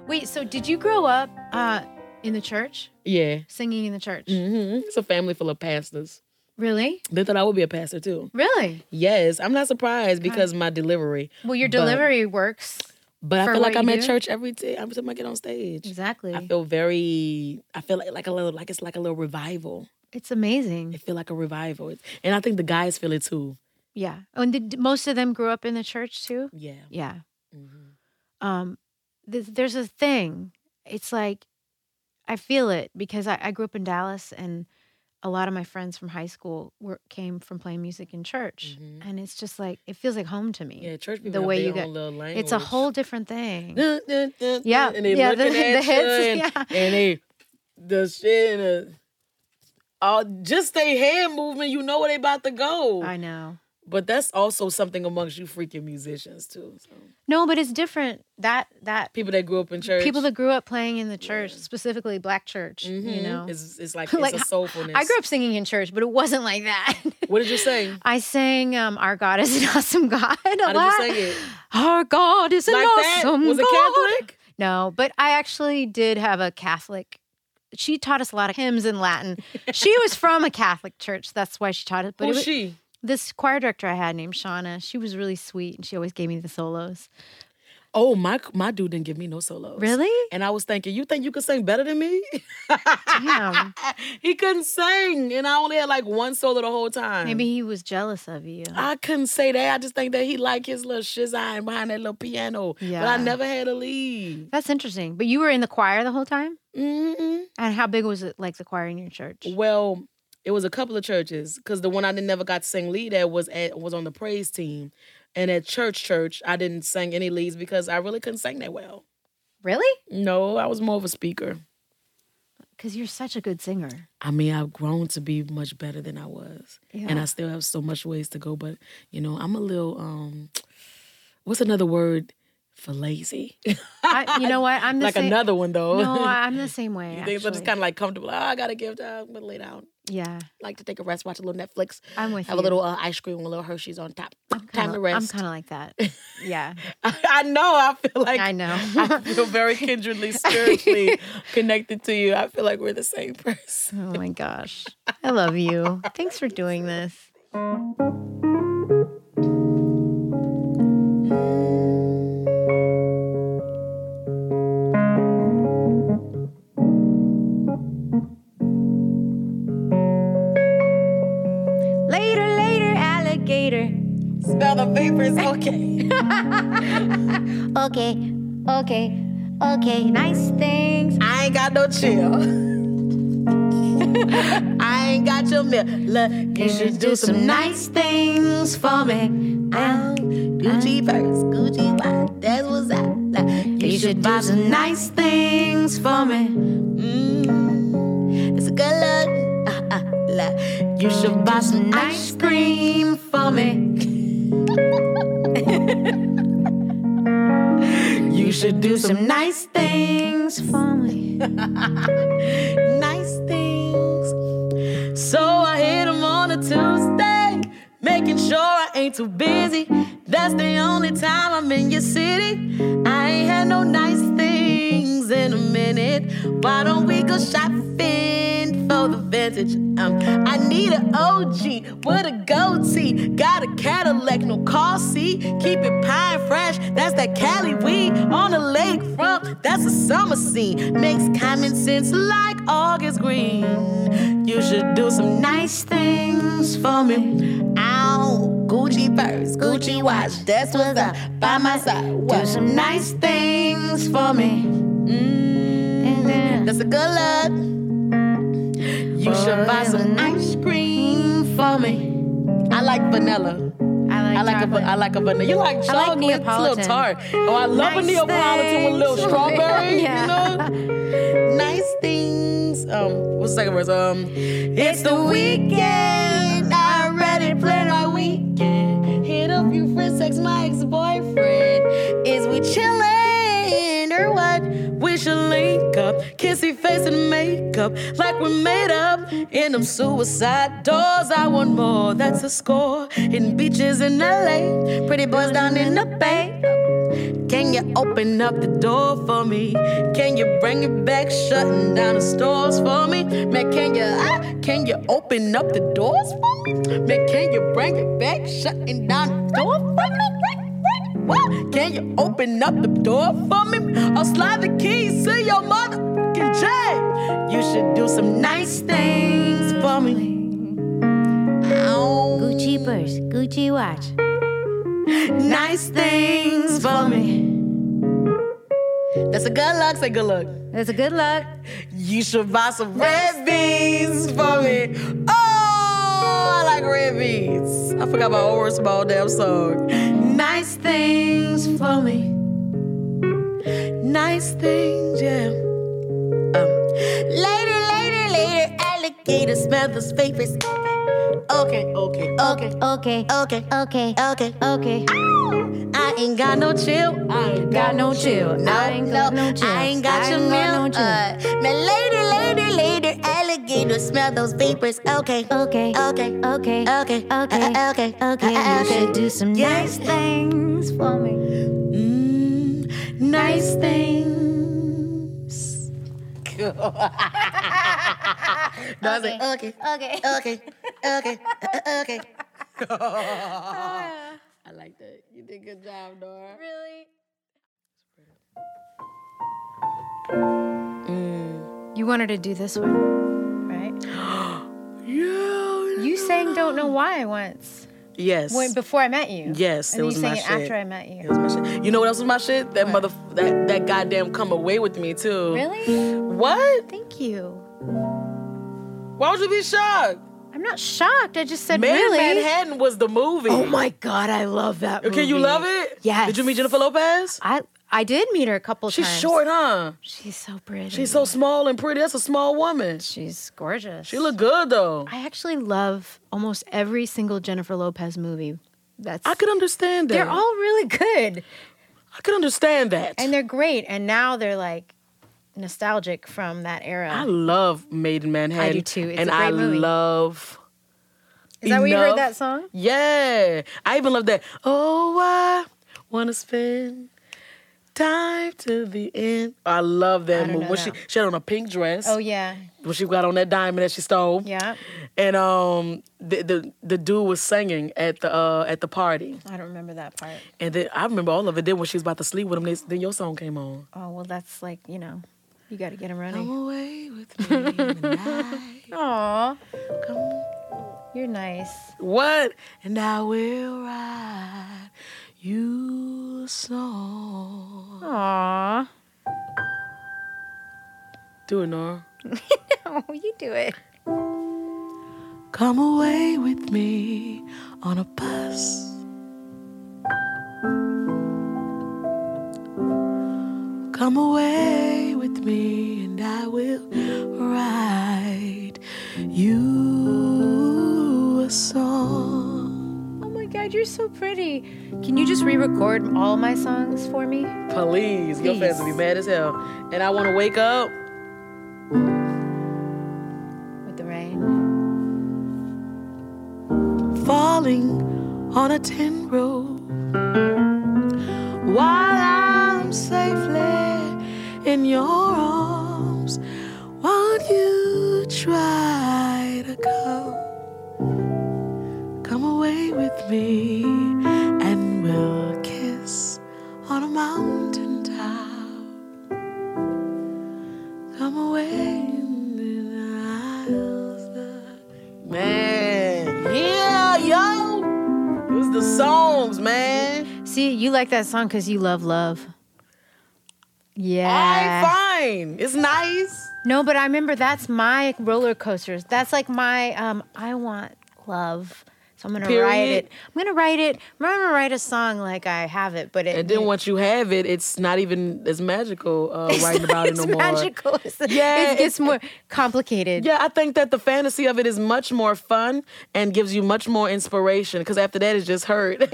[SPEAKER 5] Wait, so did you grow up uh, in the church,
[SPEAKER 6] Yeah.
[SPEAKER 5] singing in the church?
[SPEAKER 6] Mm-hmm. It's a family full of pastors.
[SPEAKER 5] Really?
[SPEAKER 6] They thought I would be a pastor too.
[SPEAKER 5] Really?
[SPEAKER 6] Yes, I'm not surprised because my delivery.
[SPEAKER 5] Well, your
[SPEAKER 6] But-
[SPEAKER 5] delivery works.
[SPEAKER 6] But
[SPEAKER 5] For
[SPEAKER 6] I feel like
[SPEAKER 5] what
[SPEAKER 6] I'm
[SPEAKER 5] you
[SPEAKER 6] at
[SPEAKER 5] do?
[SPEAKER 6] church every day. Every time I get on stage,
[SPEAKER 5] Exactly.
[SPEAKER 6] I feel very. I feel like like a little like it's like a little revival.
[SPEAKER 5] it's amazing.
[SPEAKER 6] It feel like a revival, It's- and I think the guys feel it too.
[SPEAKER 5] Yeah. Oh, and did most of them grew up in the church too?
[SPEAKER 6] Yeah.
[SPEAKER 5] Yeah.
[SPEAKER 6] Mhm.
[SPEAKER 5] um th- there's a thing it's like i feel it because I, I grew up in dallas and a lot of my friends from high school were came from playing music in church
[SPEAKER 6] Mhm.
[SPEAKER 5] and it's just like it feels like home to me
[SPEAKER 6] Yeah, church people
[SPEAKER 5] The
[SPEAKER 6] have
[SPEAKER 5] way
[SPEAKER 6] their
[SPEAKER 5] you get-
[SPEAKER 6] own little language.
[SPEAKER 5] it's a whole different thing
[SPEAKER 6] Dun, dun, dun,
[SPEAKER 5] Yeah,
[SPEAKER 6] dun, and they
[SPEAKER 5] yeah,
[SPEAKER 6] looking
[SPEAKER 5] the-
[SPEAKER 6] at
[SPEAKER 5] the
[SPEAKER 6] you
[SPEAKER 5] hits,
[SPEAKER 6] and,
[SPEAKER 5] yeah.
[SPEAKER 6] and they the shit and the, all just they hand movement. You know where they about to go.
[SPEAKER 5] i know
[SPEAKER 6] But that's also something amongst you freaking musicians too. So,
[SPEAKER 5] no but it's different that that
[SPEAKER 6] people that grew up in church,
[SPEAKER 5] people that grew up playing in the church specifically black church you
[SPEAKER 6] Mhm.
[SPEAKER 5] know
[SPEAKER 6] it's, it's like,
[SPEAKER 5] Like,
[SPEAKER 6] it's a soulfulness.
[SPEAKER 5] i grew up singing in church but it wasn't like that
[SPEAKER 6] What did you say?
[SPEAKER 5] I sang um, "Our God Is an Awesome God" a
[SPEAKER 6] How
[SPEAKER 5] lot.
[SPEAKER 6] did you sing it?
[SPEAKER 5] Our God is an
[SPEAKER 6] Like that?
[SPEAKER 5] awesome
[SPEAKER 6] Was it
[SPEAKER 5] God.
[SPEAKER 6] Catholic?
[SPEAKER 5] No, but I actually did have a Catholic. She taught us a lot of hymns in Latin. she was from a Catholic church. That's why she taught us. But it
[SPEAKER 6] Who's
[SPEAKER 5] was,
[SPEAKER 6] she?
[SPEAKER 5] this choir director I had named Shauna, she was really sweet and she always gave me the solos.
[SPEAKER 6] Oh my my dude didn't give me no solos.
[SPEAKER 5] Really?
[SPEAKER 6] And I was thinking, you think you could sing better than me?
[SPEAKER 5] Damn.
[SPEAKER 6] he couldn't sing, and I only had like one solo the whole time.
[SPEAKER 5] Maybe he was jealous of you.
[SPEAKER 6] I couldn't say that. I just think that he liked his little shizine behind that little piano. But
[SPEAKER 5] Yeah.
[SPEAKER 6] I never had a lead.
[SPEAKER 5] That's interesting. But you were in the choir the whole time?
[SPEAKER 6] Mm-mm.
[SPEAKER 5] And how big was it like the choir in your church?
[SPEAKER 6] Mm-hmm. Well, it was a couple of churches because the one I didn't never got to sing lead at was at was on the praise team, and at church church I didn't sing any leads because I really couldn't sing that well.
[SPEAKER 5] Really?
[SPEAKER 6] No, I was more of a speaker.
[SPEAKER 5] Because you're such a good singer.
[SPEAKER 6] I mean, I've grown to be much better than I was, and
[SPEAKER 5] Yeah.
[SPEAKER 6] I still have so much ways to go. But you know, I'm a little um, what's another word for lazy?
[SPEAKER 5] I, you know what? I'm the
[SPEAKER 6] like
[SPEAKER 5] same.
[SPEAKER 6] another one though.
[SPEAKER 5] No, I'm the same way.
[SPEAKER 6] You think so? Just
[SPEAKER 5] actually.
[SPEAKER 6] kind of like comfortable. Like, oh, I gotta give time. I'm gonna lay down.
[SPEAKER 5] yeah,
[SPEAKER 6] Like to take a rest, watch a little Netflix,
[SPEAKER 5] I'm with
[SPEAKER 6] have
[SPEAKER 5] you.
[SPEAKER 6] a little uh, ice cream, a little Hershey's on top. time to
[SPEAKER 5] I'm
[SPEAKER 6] rest.
[SPEAKER 5] kind of like that. Yeah,
[SPEAKER 6] I know. I feel like
[SPEAKER 5] I know.
[SPEAKER 6] I feel very kindredly, spiritually connected to you. I feel like we're the same person.
[SPEAKER 5] Oh my gosh. I love you. Thanks for doing this.
[SPEAKER 3] Later, later, alligator.
[SPEAKER 6] Smell the vapors. Okay.
[SPEAKER 3] Okay, okay, okay, nice things.
[SPEAKER 9] I ain't got no chill. I ain't got your milk. Look, you should do some nice things for me. i Gucci purse, Gucci watch, that's what's I like. Mm. You should buy some nice things for me. Mm, it's a good look. Uh, uh, like. You should buy some ice cream for me. You should do some nice things for me.
[SPEAKER 6] nice things. So I hit him on a Tuesday, making sure I ain't too busy. That's the only time I'm in your city. I ain't had no nice things in a minute. Why don't we go shopping for the vintage? Um, I need an OG with a goatee. Got a Cadillac, no car seat. Keep it pine fresh. That's that Cali weed on the lakefront. That's a summer scene. Makes common sense like August green. You should do some nice things for me.
[SPEAKER 9] Ow, Gucci purse, Gucci watch, that's what's up. By my side, what? Do some nice things for me. Mm, That's a good look. You should buy some ice cream for me. I like vanilla.
[SPEAKER 5] I like,
[SPEAKER 6] I like a,
[SPEAKER 5] chocolate.
[SPEAKER 6] I like a vanilla. You like chocolate? It's a little
[SPEAKER 5] Neapolitan.
[SPEAKER 6] tart. Oh, I love a
[SPEAKER 5] Nice
[SPEAKER 6] Neapolitan with a little
[SPEAKER 5] things.
[SPEAKER 6] strawberry.
[SPEAKER 5] Yeah.
[SPEAKER 6] You know, nice things. Um, what's the second verse? Um, it's the weekend. I already planned my weekend. Hit up your friend, sex my ex-boyfriend. Is we chillin' or what? We should link up, kissy face and makeup, like we made up in them suicide doors. I want more. That's a score in beaches in LA, pretty boys down in the bay.
[SPEAKER 3] Can
[SPEAKER 6] Can
[SPEAKER 3] you open up the door for me? Can you bring it back, shutting down the stores for me? Man, can you, ah, can you open up the doors for me? Man, can you bring it back, shutting down the door for me? What? Can you open up the door for me? I'll slide the keys to your motherfucking jack. You should do some nice things for me. Ow.
[SPEAKER 2] Gucci purse, Gucci watch.
[SPEAKER 3] Nice things for me. That's a good luck, say good luck.
[SPEAKER 2] That's a good luck.
[SPEAKER 3] You should buy some red beans for me. Oh, I like red beans. I forgot my old words about damn song. Nice things for me. Nice things, yeah. Um, later, later, later, alligator smell those papers. Okay, okay, okay,
[SPEAKER 2] Okay,
[SPEAKER 3] okay,
[SPEAKER 2] okay,
[SPEAKER 3] okay.
[SPEAKER 2] okay.
[SPEAKER 3] I ain't got no chill. I ain't
[SPEAKER 10] Got no chill.
[SPEAKER 3] no,
[SPEAKER 10] I ain't got no chill.
[SPEAKER 3] I ain't got your meal.
[SPEAKER 10] no chill.
[SPEAKER 3] uh, now later, later, later, alligator, smell those vapors. Okay,
[SPEAKER 2] Okay,
[SPEAKER 3] okay,
[SPEAKER 2] okay, okay,
[SPEAKER 3] okay, uh, okay,
[SPEAKER 2] okay.
[SPEAKER 3] uh,
[SPEAKER 2] You should
[SPEAKER 3] okay.
[SPEAKER 2] do some nice
[SPEAKER 3] Yes.
[SPEAKER 2] things for me.
[SPEAKER 3] Mm, nice things. no, I was like, okay,
[SPEAKER 2] Okay.
[SPEAKER 3] okay, okay, uh, okay.
[SPEAKER 6] Mm.
[SPEAKER 5] You wanted to do this one, right? You sang "Don't Know Why" once
[SPEAKER 6] Yes.
[SPEAKER 5] when before I met you.
[SPEAKER 6] Yes, it
[SPEAKER 5] and then
[SPEAKER 6] was
[SPEAKER 5] you sang
[SPEAKER 6] my
[SPEAKER 5] it
[SPEAKER 6] shit.
[SPEAKER 5] after I met you.
[SPEAKER 6] It was my shit. You know what else was my shit? That mother, that that goddamn come away with me too.
[SPEAKER 5] Really?
[SPEAKER 6] What?
[SPEAKER 5] Thank you.
[SPEAKER 6] Why would you be shocked?
[SPEAKER 5] I'm not shocked. I just said
[SPEAKER 6] Man oh in
[SPEAKER 5] really.
[SPEAKER 6] Manhattan was the movie.
[SPEAKER 5] Oh my god, I love that.
[SPEAKER 6] Okay, you
[SPEAKER 5] movie.
[SPEAKER 6] love it?
[SPEAKER 5] Yes.
[SPEAKER 6] Did you meet Jennifer Lopez?
[SPEAKER 5] I I did meet her a couple
[SPEAKER 6] She's
[SPEAKER 5] times.
[SPEAKER 6] short, huh?
[SPEAKER 5] She's so pretty.
[SPEAKER 6] She's so small and pretty. That's a small woman.
[SPEAKER 5] she's gorgeous.
[SPEAKER 6] She look good though.
[SPEAKER 5] I actually love oh almost every single Jennifer Lopez movie. That's
[SPEAKER 6] I could understand that.
[SPEAKER 5] they're all really good
[SPEAKER 6] I could understand that.
[SPEAKER 5] and they're great. And now they're like nostalgic from that era.
[SPEAKER 6] I love Made in Manhattan.
[SPEAKER 5] too. It's
[SPEAKER 6] and
[SPEAKER 5] a great
[SPEAKER 6] I
[SPEAKER 5] movie.
[SPEAKER 6] love.
[SPEAKER 5] Is that where you heard
[SPEAKER 6] Enough.
[SPEAKER 5] that song?
[SPEAKER 6] Yeah, I even love that. Oh, I wanna spend time to the end. I love that movie.
[SPEAKER 5] know
[SPEAKER 6] When
[SPEAKER 5] that.
[SPEAKER 6] she she had on a pink dress.
[SPEAKER 5] Oh yeah,
[SPEAKER 6] When she got on that diamond that she stole.
[SPEAKER 5] yeah.
[SPEAKER 6] And um, the, the the dude was singing at the uh at the party,
[SPEAKER 5] I don't remember that part.
[SPEAKER 6] and then I remember all of it. Then when she was about to sleep with him, they, then your song came on.
[SPEAKER 5] Oh well, that's like you know, you got to get him running.
[SPEAKER 6] Come away with me tonight.
[SPEAKER 5] Aw,
[SPEAKER 6] Come
[SPEAKER 5] you're nice.
[SPEAKER 6] What? And I will ride you so.
[SPEAKER 5] Aw,
[SPEAKER 6] Do it, Nora.
[SPEAKER 5] oh you do it.
[SPEAKER 6] Come away with me on a bus. Come away with me and I will write you a song.
[SPEAKER 5] Oh my God, you're so pretty. Can you just re-record all my songs for me?
[SPEAKER 6] Please, your fans will be
[SPEAKER 5] Please.
[SPEAKER 6] mad as hell. And I want to wake up.
[SPEAKER 5] With the rain.
[SPEAKER 6] falling on a tin roof while I'm safely in your arms. Won't you try to come? Come away with me and we'll kiss on a mountain top. Come away and I'll Man, yeah, yo. It was the songs, man.
[SPEAKER 5] See, you like that song because you love love.
[SPEAKER 6] I
[SPEAKER 5] Yeah.
[SPEAKER 6] fine. It's nice.
[SPEAKER 5] No, but I remember that's my roller coasters. That's like my um I want love. So I'm gonna write
[SPEAKER 6] Period.
[SPEAKER 5] it. I'm gonna write it. I'm gonna write a song like I have it, but it,
[SPEAKER 6] And then once you have it, it's not even as magical uh, writing about it
[SPEAKER 5] it's
[SPEAKER 6] no more.
[SPEAKER 5] magical. Eh, It's,
[SPEAKER 6] Yeah,
[SPEAKER 5] it gets
[SPEAKER 6] it's-
[SPEAKER 5] more complicated.
[SPEAKER 6] Yeah, I think that the fantasy of it is much more fun and gives you much more inspiration. Because after that, it's just hurt.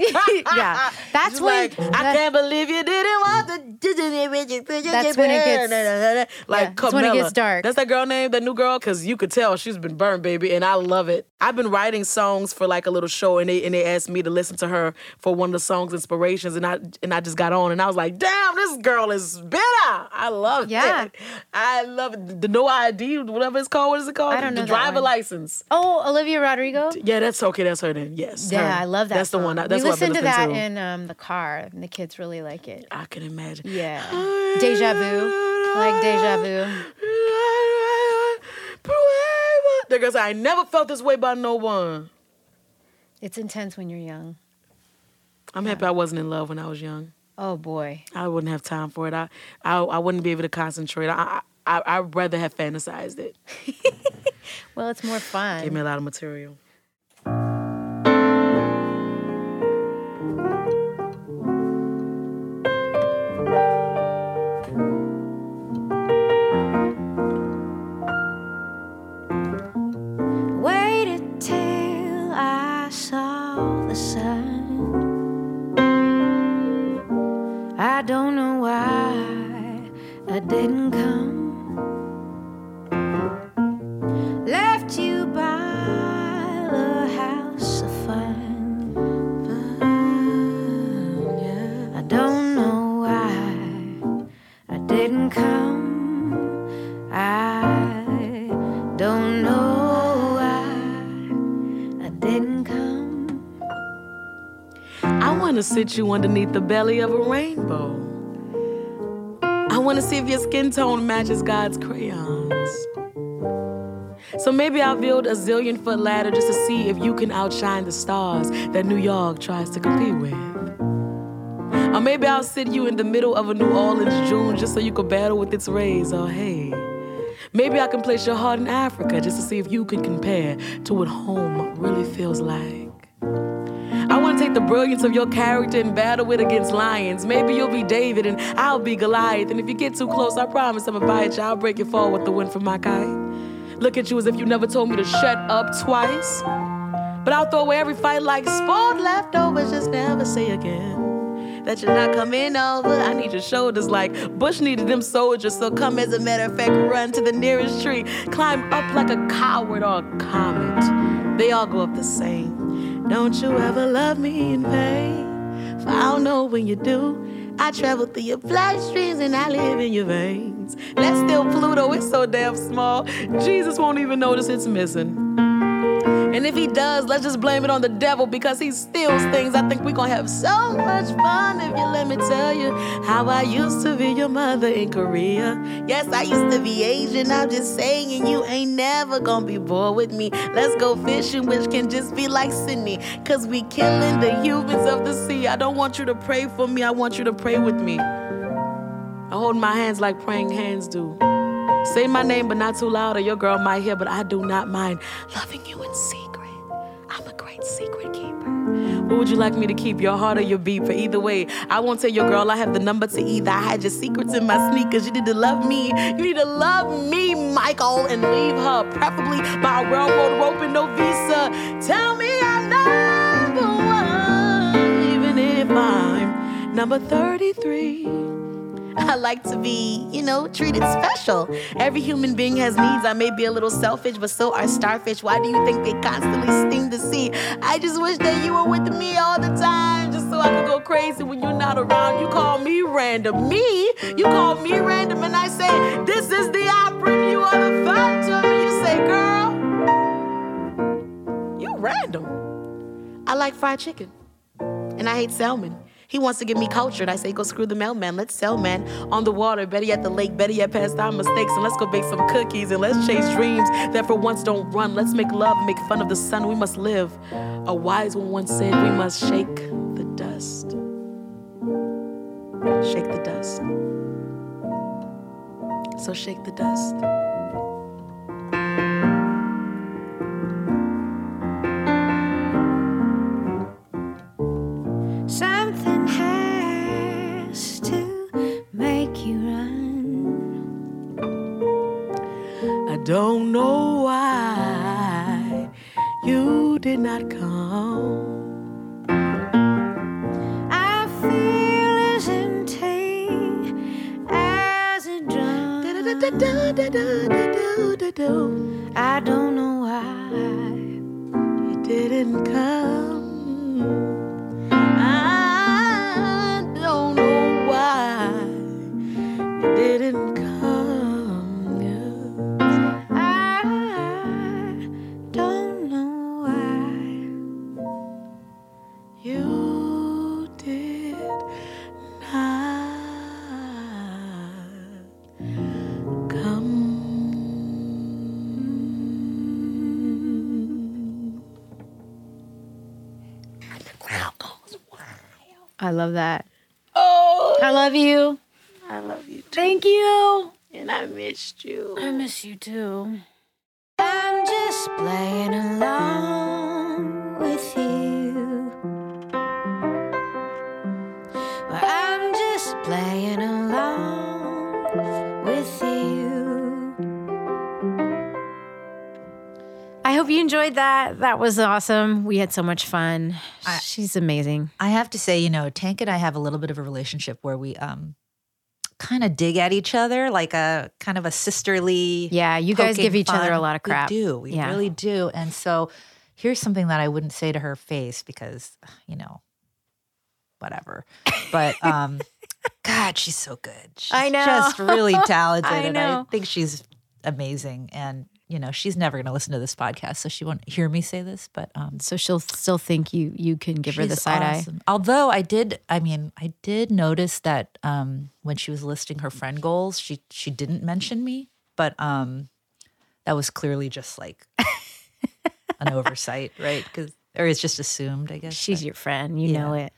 [SPEAKER 5] Yeah. That's
[SPEAKER 6] It's
[SPEAKER 5] when
[SPEAKER 6] like, I can't believe you didn't want to.
[SPEAKER 5] That's when it gets-
[SPEAKER 6] like
[SPEAKER 5] yeah, that's when it
[SPEAKER 6] Carmella.
[SPEAKER 5] gets dark.
[SPEAKER 6] That's that girl name, that new girl, because you could tell she's been burned, baby, and I love it. I've been writing songs for like a little show, and they and they asked me to listen to her for one of the songs inspirations, and I and I just got on, and I was like, damn, this girl is bitter. I love
[SPEAKER 5] Yeah.
[SPEAKER 6] it. I love it. the no ID, whatever it's called. What is it called?
[SPEAKER 5] I don't know
[SPEAKER 6] The
[SPEAKER 5] that
[SPEAKER 6] driver
[SPEAKER 5] one.
[SPEAKER 6] license.
[SPEAKER 5] Oh, Olivia Rodrigo.
[SPEAKER 6] Yeah, that's okay. That's her then. Yes. her.
[SPEAKER 5] Yeah, I love that.
[SPEAKER 6] That's the one.
[SPEAKER 5] song.
[SPEAKER 6] I- That's
[SPEAKER 5] we
[SPEAKER 6] what I've been
[SPEAKER 5] listened to that
[SPEAKER 6] listening to.
[SPEAKER 5] in um, the car, and the kids really like it.
[SPEAKER 6] I can imagine.
[SPEAKER 5] Yeah, deja vu, like deja vu.
[SPEAKER 6] There goes. I never felt this way about no one.
[SPEAKER 5] It's intense when you're young.
[SPEAKER 6] I'm happy I wasn't in love when I was young.
[SPEAKER 5] Oh boy.
[SPEAKER 6] I wouldn't have time for it. I, I, I wouldn't be able to concentrate. I, I, I- I'd rather have fantasized it.
[SPEAKER 5] Well, it's more fun.
[SPEAKER 6] Gave me a lot of material.
[SPEAKER 3] Waited till I saw the sun. I don't know why I didn't come. Left you by the house of fun. Fun, yeah. I don't know why I didn't come. I don't know why I didn't come.
[SPEAKER 6] I want to sit you underneath the belly of a rainbow. I want to see if your skin tone matches God's crayons. So maybe I'll build a zillion foot ladder just to see if you can outshine the stars that New York tries to compete with. Or maybe I'll sit you in the middle of a New Orleans June just so you can battle with its rays or hay. Maybe I can place your heart in Africa just to see if you can compare to what home really feels like. I want to take the brilliance of your character and battle it against lions. Maybe you'll be David and I'll be Goliath. And if you get too close, I promise I'm gonna bite you. I'll break your fall with the wind from my kite. Look at you as if you never told me to shut up twice. But I'll throw away every fight like spoiled leftovers. Just never say again that you're not coming over. I need your shoulders like Bush needed them soldiers. So come as a matter of fact, run to the nearest tree. Climb up like a coward or a comet. They all go up the same. Don't you ever love me in vain? For I don't know when you do. I travel through your bloodstreams and I live in your veins. That's still Pluto, it's so damn small. Jesus won't even notice it's missing. And if he does, let's just blame it on the devil because he steals things. I think we're gonna have so much fun if you let me tell you how I used to be your mother in Korea. Yes, I used to be Asian. I'm just saying, you ain't never gonna be bored with me. Let's go fishing, which can just be like Sydney, cause we killing the humans of the sea. I don't want you to pray for me, I want you to pray with me. I hold my hands like praying hands do. Say my name, but not too loud, or your girl might hear, but I do not mind loving you in secret. I'm a great secret keeper. What would you like me to keep, your heart or your beat? But either way, I won't tell your girl I have the number to either. I had your secrets in my sneakers. You need to love me. You need to love me, Michael, and leave her, preferably by a railroad rope and no visa. Tell me I'm number one, even if I'm number 33. I like to be, you know, treated special. Every human being has needs. I may be a little selfish, but so are starfish. Why do you think they constantly sting the sea? I just wish that you were with me all the time, just so I could go crazy when you're not around. You call me random. Me? You call me random, and I say, This is the opera. You are the phantom. And you say, Girl, you random. I like fried chicken and I hate salmon. He wants to give me culture, and I say, go screw the mailman. Let's sell, man. On the water, better yet the lake, better yet past our mistakes, and let's go bake some cookies and let's chase dreams that for once don't run. Let's make love and make fun of the sun. We must live. A wise one once said, we must shake the dust. Shake the dust. So shake the dust.
[SPEAKER 3] Something has to make you run.
[SPEAKER 6] I don't know why you did not come.
[SPEAKER 3] I feel as empty as a drum. I don't know why
[SPEAKER 6] didn't come. I don't know why you didn't come. girl. I don't know why you did not come.
[SPEAKER 2] I love that. Oh, I love you.
[SPEAKER 6] I love you too,
[SPEAKER 2] Thank you.
[SPEAKER 6] and I missed you.
[SPEAKER 2] I miss you too.
[SPEAKER 11] I'm just playing along with you. Well, I'm just playing along with you.
[SPEAKER 2] I hope you enjoyed that. That was awesome. We had so much fun. She's amazing.
[SPEAKER 4] I have to say, you know, Tank and I have a little bit of a relationship where we um kind of dig at each other, like a kind of a sisterly.
[SPEAKER 2] Yeah, you guys
[SPEAKER 4] poking
[SPEAKER 2] give each other a
[SPEAKER 4] fun.
[SPEAKER 2] lot of crap.
[SPEAKER 4] We do. We
[SPEAKER 2] Yeah.
[SPEAKER 4] really do. And so here's something that I wouldn't say to her face because, you know, whatever. But um God, she's so good. She's
[SPEAKER 2] I know.
[SPEAKER 4] just really talented.
[SPEAKER 2] I
[SPEAKER 4] And I
[SPEAKER 2] know.
[SPEAKER 4] think she's amazing. And, you know, she's never gonna listen to this podcast, so she won't hear me say this, but um
[SPEAKER 2] So she'll still think you you can give her the
[SPEAKER 4] She's
[SPEAKER 2] side
[SPEAKER 4] awesome. Although I did, I mean, I did notice that um, when she was listing her friend goals, she she didn't mention me, but um, that was clearly just like an oversight, right? Because or it's just assumed, I
[SPEAKER 2] eye.
[SPEAKER 4] guess.
[SPEAKER 2] She's your friend. You
[SPEAKER 4] Yeah.
[SPEAKER 2] know it.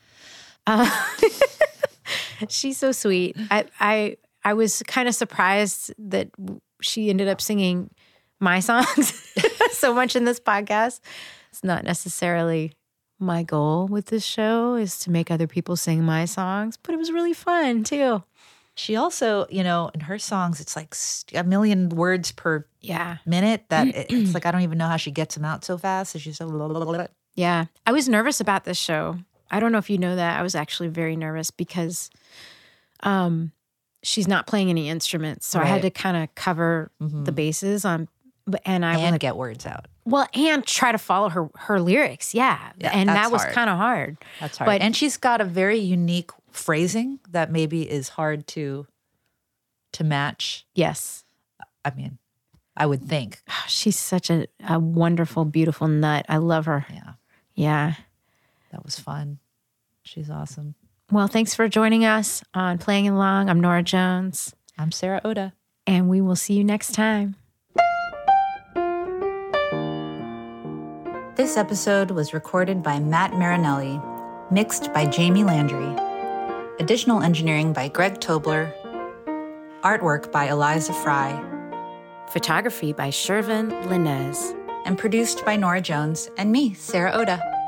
[SPEAKER 2] Uh, she's so sweet. I I I was kind of surprised that she ended up singing my songs so much in this podcast. It's not necessarily my goal with this show is to make other people sing my songs, but it was really fun too.
[SPEAKER 4] she also, you know, in her songs, it's like s- a million words per
[SPEAKER 2] Yeah.
[SPEAKER 4] minute. That it- it's like I don't even know how she gets them out so fast. So she's so blah, blah, blah, blah.
[SPEAKER 2] Yeah. I was nervous about this show. I don't know if you know that. I was actually very nervous because um she's not playing any instruments. So I had
[SPEAKER 4] Right. Mm-hmm.
[SPEAKER 2] to kind of cover the bases on but- and I was
[SPEAKER 4] and
[SPEAKER 2] like,
[SPEAKER 4] get words out.
[SPEAKER 2] well, and try to follow her her lyrics. Yeah.
[SPEAKER 4] Yeah,
[SPEAKER 2] and
[SPEAKER 4] that's
[SPEAKER 2] that was
[SPEAKER 4] hard.
[SPEAKER 2] kind of hard.
[SPEAKER 4] That's hard.
[SPEAKER 2] But-
[SPEAKER 4] and she's got a very unique phrasing that maybe is hard to to match.
[SPEAKER 2] Yes.
[SPEAKER 4] I mean, I would think.
[SPEAKER 2] Oh, she's such a, a wonderful, beautiful nut. I love her.
[SPEAKER 4] Yeah,
[SPEAKER 2] Yeah.
[SPEAKER 4] that was fun. She's awesome.
[SPEAKER 2] Well, thanks for joining us on Playing Along. I'm Nora Jones,
[SPEAKER 4] I'm Sarah Oda.
[SPEAKER 2] and we will see you next time.
[SPEAKER 4] This episode was recorded by Matt Marinelli, mixed by Jamie Landry. Additional engineering by Greg Tobler. Artwork by Eliza Fry,
[SPEAKER 12] Photography by Shervin Linez.
[SPEAKER 4] and produced by Nora Jones and me, Sarah Oda.